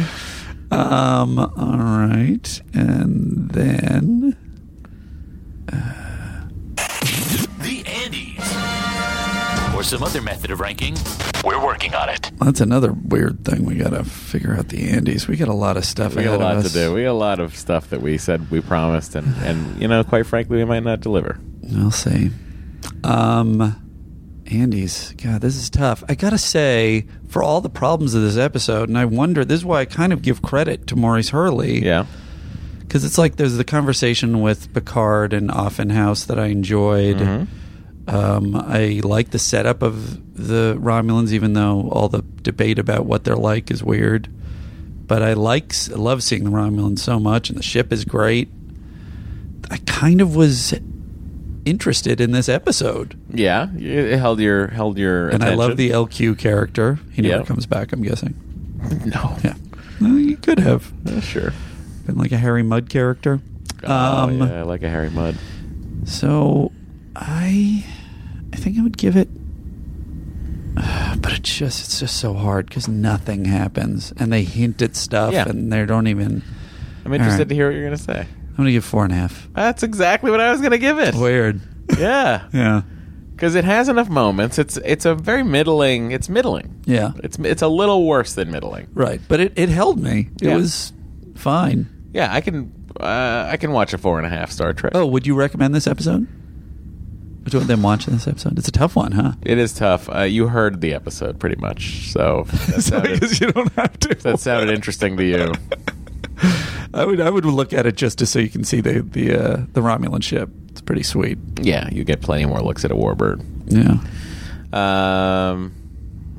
[SPEAKER 2] *laughs* um. All right, and then
[SPEAKER 17] The Andes. Or some other method of ranking. We're working on it.
[SPEAKER 2] that's another weird thing we got to figure out. The Andes. We got a lot of stuff.
[SPEAKER 1] We got
[SPEAKER 2] ahead
[SPEAKER 1] a lot
[SPEAKER 2] of
[SPEAKER 1] to
[SPEAKER 2] us.
[SPEAKER 1] do. We got a lot of stuff that we said we promised, and, and you know, quite frankly, we might not deliver.
[SPEAKER 2] I'll see. Um, Andy's, God, this is tough. I gotta say, for all the problems of this episode, and I wonder, this is why I kind of give credit to Maurice Hurley.
[SPEAKER 1] Yeah.
[SPEAKER 2] Because it's like there's the conversation with Picard and Offenhouse that I enjoyed.
[SPEAKER 1] Mhm.
[SPEAKER 2] Um, I like the setup of the Romulans, even though all the debate about what they're like is weird. But I like, I love seeing the Romulans so much, and the ship is great. I kind of was interested in this episode,
[SPEAKER 1] Yeah, it held your held your.
[SPEAKER 2] and I love the
[SPEAKER 1] attention.
[SPEAKER 2] LQ character. He never
[SPEAKER 1] Yeah.
[SPEAKER 2] comes back, I'm guessing.
[SPEAKER 1] No.
[SPEAKER 2] Yeah, well, you could have
[SPEAKER 1] Uh, sure.
[SPEAKER 2] been like a Harry Mudd character. Um,
[SPEAKER 1] Oh, yeah, I like a Harry Mudd.
[SPEAKER 2] So I I think I would give it *sighs* but it's just it's just so hard cuz nothing happens and they hint at stuff
[SPEAKER 1] Yeah.
[SPEAKER 2] and they don't even
[SPEAKER 1] I'm interested to
[SPEAKER 2] All right.
[SPEAKER 1] hear what you're gonna say.
[SPEAKER 2] I'm going to give four and a half.
[SPEAKER 1] That's exactly what I was gonna give it.
[SPEAKER 2] Weird.
[SPEAKER 1] Yeah,
[SPEAKER 2] *laughs* Yeah.
[SPEAKER 1] because it has enough moments. It's it's a very middling. It's middling.
[SPEAKER 2] Yeah.
[SPEAKER 1] It's it's a little worse than middling.
[SPEAKER 2] Right. But it, it held me. It
[SPEAKER 1] Yeah.
[SPEAKER 2] was fine.
[SPEAKER 1] Yeah, I can uh, I can watch a four and a half Star Trek.
[SPEAKER 2] Oh, would you recommend this episode? Would you want them watching this episode? It's a tough one, huh?
[SPEAKER 1] It is tough. Uh, you heard the episode pretty much, so *laughs* that
[SPEAKER 2] *laughs* So I guess you don't have to.
[SPEAKER 1] That
[SPEAKER 2] *laughs*
[SPEAKER 1] sounded interesting to you.
[SPEAKER 2] I would I would look at it just to so you can see the the uh, the Romulan ship. It's pretty sweet.
[SPEAKER 1] Yeah, you get plenty more looks at a warbird.
[SPEAKER 2] Yeah.
[SPEAKER 1] Um,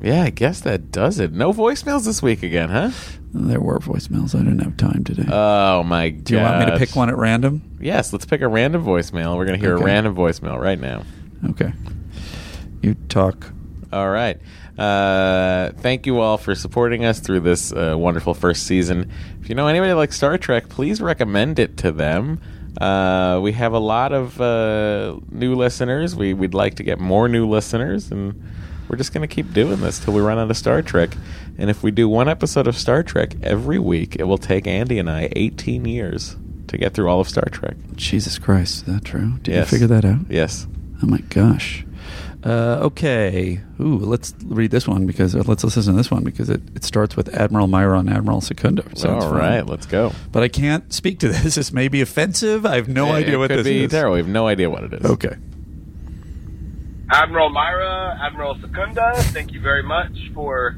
[SPEAKER 1] yeah, I guess that does it. No voicemails this week again, huh?
[SPEAKER 2] There were voicemails. I didn't have time today.
[SPEAKER 1] Oh my god!
[SPEAKER 2] Do you want me to pick one at random?
[SPEAKER 1] Yes, let's pick a random voicemail. We're gonna hear a
[SPEAKER 2] Okay.
[SPEAKER 1] random voicemail right now.
[SPEAKER 2] Okay. You talk.
[SPEAKER 1] All right. Uh, thank you all for supporting us through this uh, wonderful first season. If you know anybody that likes Star Trek, please recommend it to them. Uh, we have a lot of uh, new listeners. We, we'd like to get more new listeners, and we're just going to keep doing this till we run out of Star Trek. And if we do one episode of Star Trek every week, it will take Andy and I 18 years. to get through all of Star Trek.
[SPEAKER 2] Jesus Christ, is that true? Did
[SPEAKER 1] Yes.
[SPEAKER 2] you figure that out?
[SPEAKER 1] Yes.
[SPEAKER 2] Oh my gosh. Uh, okay. Ooh, let's read this one because uh, let's listen to this one because it, it starts with Admiral Myra and Admiral Secundo.
[SPEAKER 1] All right, let's go.
[SPEAKER 2] But I can't speak to this. This may be offensive. I have no
[SPEAKER 1] It-
[SPEAKER 2] idea
[SPEAKER 1] it
[SPEAKER 2] what
[SPEAKER 1] could
[SPEAKER 2] this
[SPEAKER 1] be
[SPEAKER 2] is.
[SPEAKER 1] terrible. We have no idea what it is.
[SPEAKER 2] Okay.
[SPEAKER 18] Admiral Myra, Admiral Secunda, thank you very much for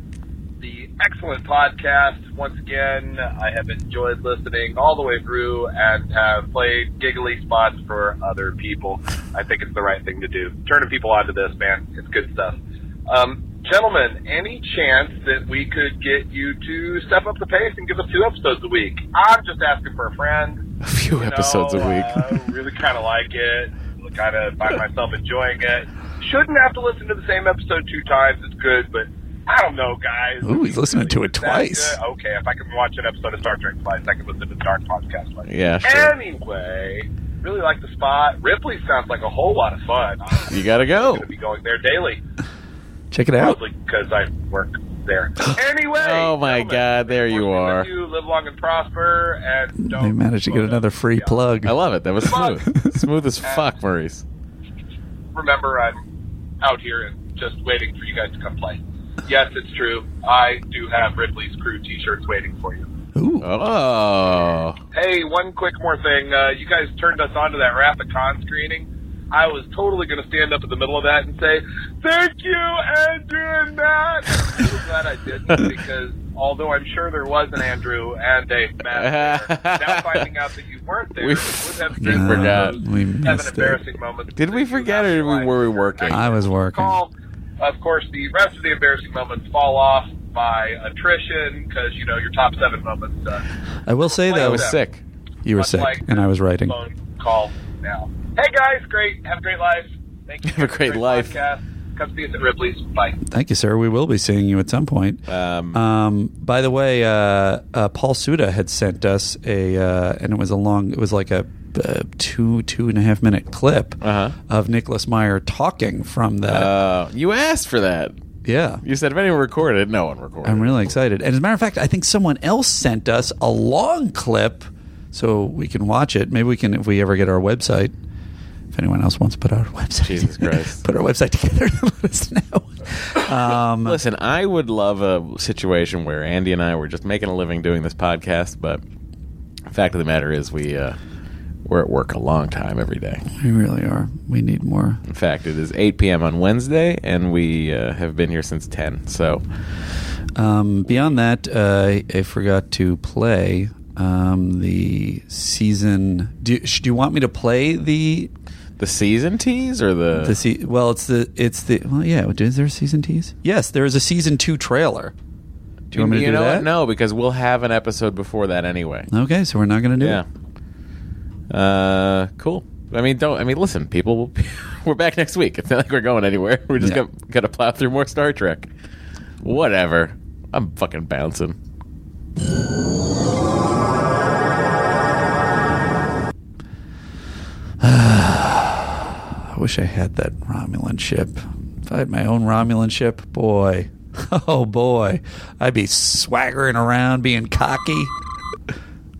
[SPEAKER 18] the excellent podcast. Once again, I have enjoyed listening all the way through and have played giggly spots for other people. I think it's the right thing to do. Turning people onto this, man. It's good stuff. Um, gentlemen, any chance that we could get you to step up the pace and give us two episodes a week? I'm just asking for a friend.
[SPEAKER 1] A few episodes a week.
[SPEAKER 18] I really kind of like it. Kind of find myself enjoying it. Shouldn't have to listen to the same episode two times. It's good, but I don't know, guys.
[SPEAKER 2] Ooh, he's listening to it
[SPEAKER 18] Is that
[SPEAKER 2] twice.
[SPEAKER 18] good? Okay, if I can watch an episode of Star Trek twice, I can listen to the Dark podcast twice.
[SPEAKER 1] Yeah, sure.
[SPEAKER 18] Anyway, really like the spot. Ripley sounds like a whole lot of fun. I'm
[SPEAKER 1] You gotta go.
[SPEAKER 18] going to be going there daily.
[SPEAKER 2] Check it out.
[SPEAKER 18] Probably because I work
[SPEAKER 2] *gasps*
[SPEAKER 18] there. anyway,
[SPEAKER 1] Oh my God! There you are.
[SPEAKER 18] you live long and prosper, and
[SPEAKER 2] They managed to get another free plug.
[SPEAKER 1] I love it. That was smooth. *laughs* smooth as fuck, Maurice.
[SPEAKER 18] remember I'm out here and just waiting for you guys to come play. Yes, it's true. I do have Ripley's crew T-shirts waiting for you.
[SPEAKER 2] Ooh.
[SPEAKER 1] Oh.
[SPEAKER 18] Hey, one quick more thing. Uh, you guys turned us onto that Wrath of Khan screening. I was totally going to stand up in the middle of that and say, "Thank you, Andrew and Matt." *laughs* I'm glad I didn't because although I'm sure there was an Andrew and a Matt, there, now finding out that you weren't there
[SPEAKER 1] We
[SPEAKER 18] would
[SPEAKER 2] *laughs*
[SPEAKER 18] have
[SPEAKER 1] fucking
[SPEAKER 18] been one of
[SPEAKER 1] forgot.
[SPEAKER 18] those
[SPEAKER 1] We
[SPEAKER 18] seven
[SPEAKER 1] missed it.
[SPEAKER 18] embarrassing moments.
[SPEAKER 1] Did we forget, or did we, were we working?
[SPEAKER 2] I was working.
[SPEAKER 18] Call. Of course, the rest of the embarrassing moments fall off by attrition because you know your top seven moments. Uh,
[SPEAKER 2] I will say though,
[SPEAKER 18] I was sick.
[SPEAKER 2] You were sick,
[SPEAKER 18] like
[SPEAKER 2] and I was writing.
[SPEAKER 18] call now. Hey guys, great. Have a great life. Thank you.
[SPEAKER 1] Have a great life.
[SPEAKER 18] Podcast. Come see us at Ripley's. Bye.
[SPEAKER 2] Thank you, sir. We will be seeing you at some point.
[SPEAKER 1] Um,
[SPEAKER 2] by the way, uh, uh, Paul Suda had sent us a, uh, and it was a long, it was like a uh, two two and a half minute clip
[SPEAKER 1] Uh-huh.
[SPEAKER 2] of Nicholas Meyer talking from that.
[SPEAKER 1] Uh, you asked for that.
[SPEAKER 2] Yeah.
[SPEAKER 1] You said if anyone recorded, no one recorded.
[SPEAKER 2] I'm really excited. And as a matter of fact, I think someone else sent us a long clip so we can watch it. Maybe we can, if we ever get our website, if anyone else wants to put our *laughs* website,
[SPEAKER 1] Jesus Christ.
[SPEAKER 2] put our website together *laughs* and let us know. Um,
[SPEAKER 1] Listen, I would love a situation where Andy and I were just making a living doing this podcast, but the fact of the matter is we uh, we're at work a long time every day.
[SPEAKER 2] we really are. We need more.
[SPEAKER 1] In fact, it is 8 p.m. on Wednesday, and we uh, have been here since 10. So
[SPEAKER 2] Um, beyond that, uh, I forgot to play um, the season. Do, sh- do you want me to play the
[SPEAKER 1] the season tease or the
[SPEAKER 2] the se- Well, it's the it's the well, yeah. Is there a season tease? Yes, there is a season two trailer. Do you want me to do
[SPEAKER 1] know
[SPEAKER 2] that?
[SPEAKER 1] What? No, because we'll have an episode before that anyway.
[SPEAKER 2] Okay, so we're not going to do
[SPEAKER 1] Yeah.
[SPEAKER 2] it.
[SPEAKER 1] Uh, cool. I mean, don't. I mean, listen, people. We'll, *laughs* we're back next week. It's not like we're going anywhere. *laughs* We're just
[SPEAKER 2] Yeah.
[SPEAKER 1] gonna, gonna plow through more Star Trek. Whatever. I'm fucking bouncing.
[SPEAKER 2] I wish I had that Romulan ship. If I had my own Romulan ship, boy, *laughs* oh boy, I'd be swaggering around, being cocky.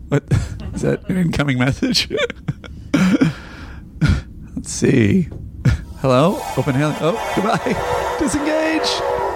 [SPEAKER 2] What is that? An incoming message? *laughs* Let's see. Hello, open hand. Oh, goodbye. Disengage.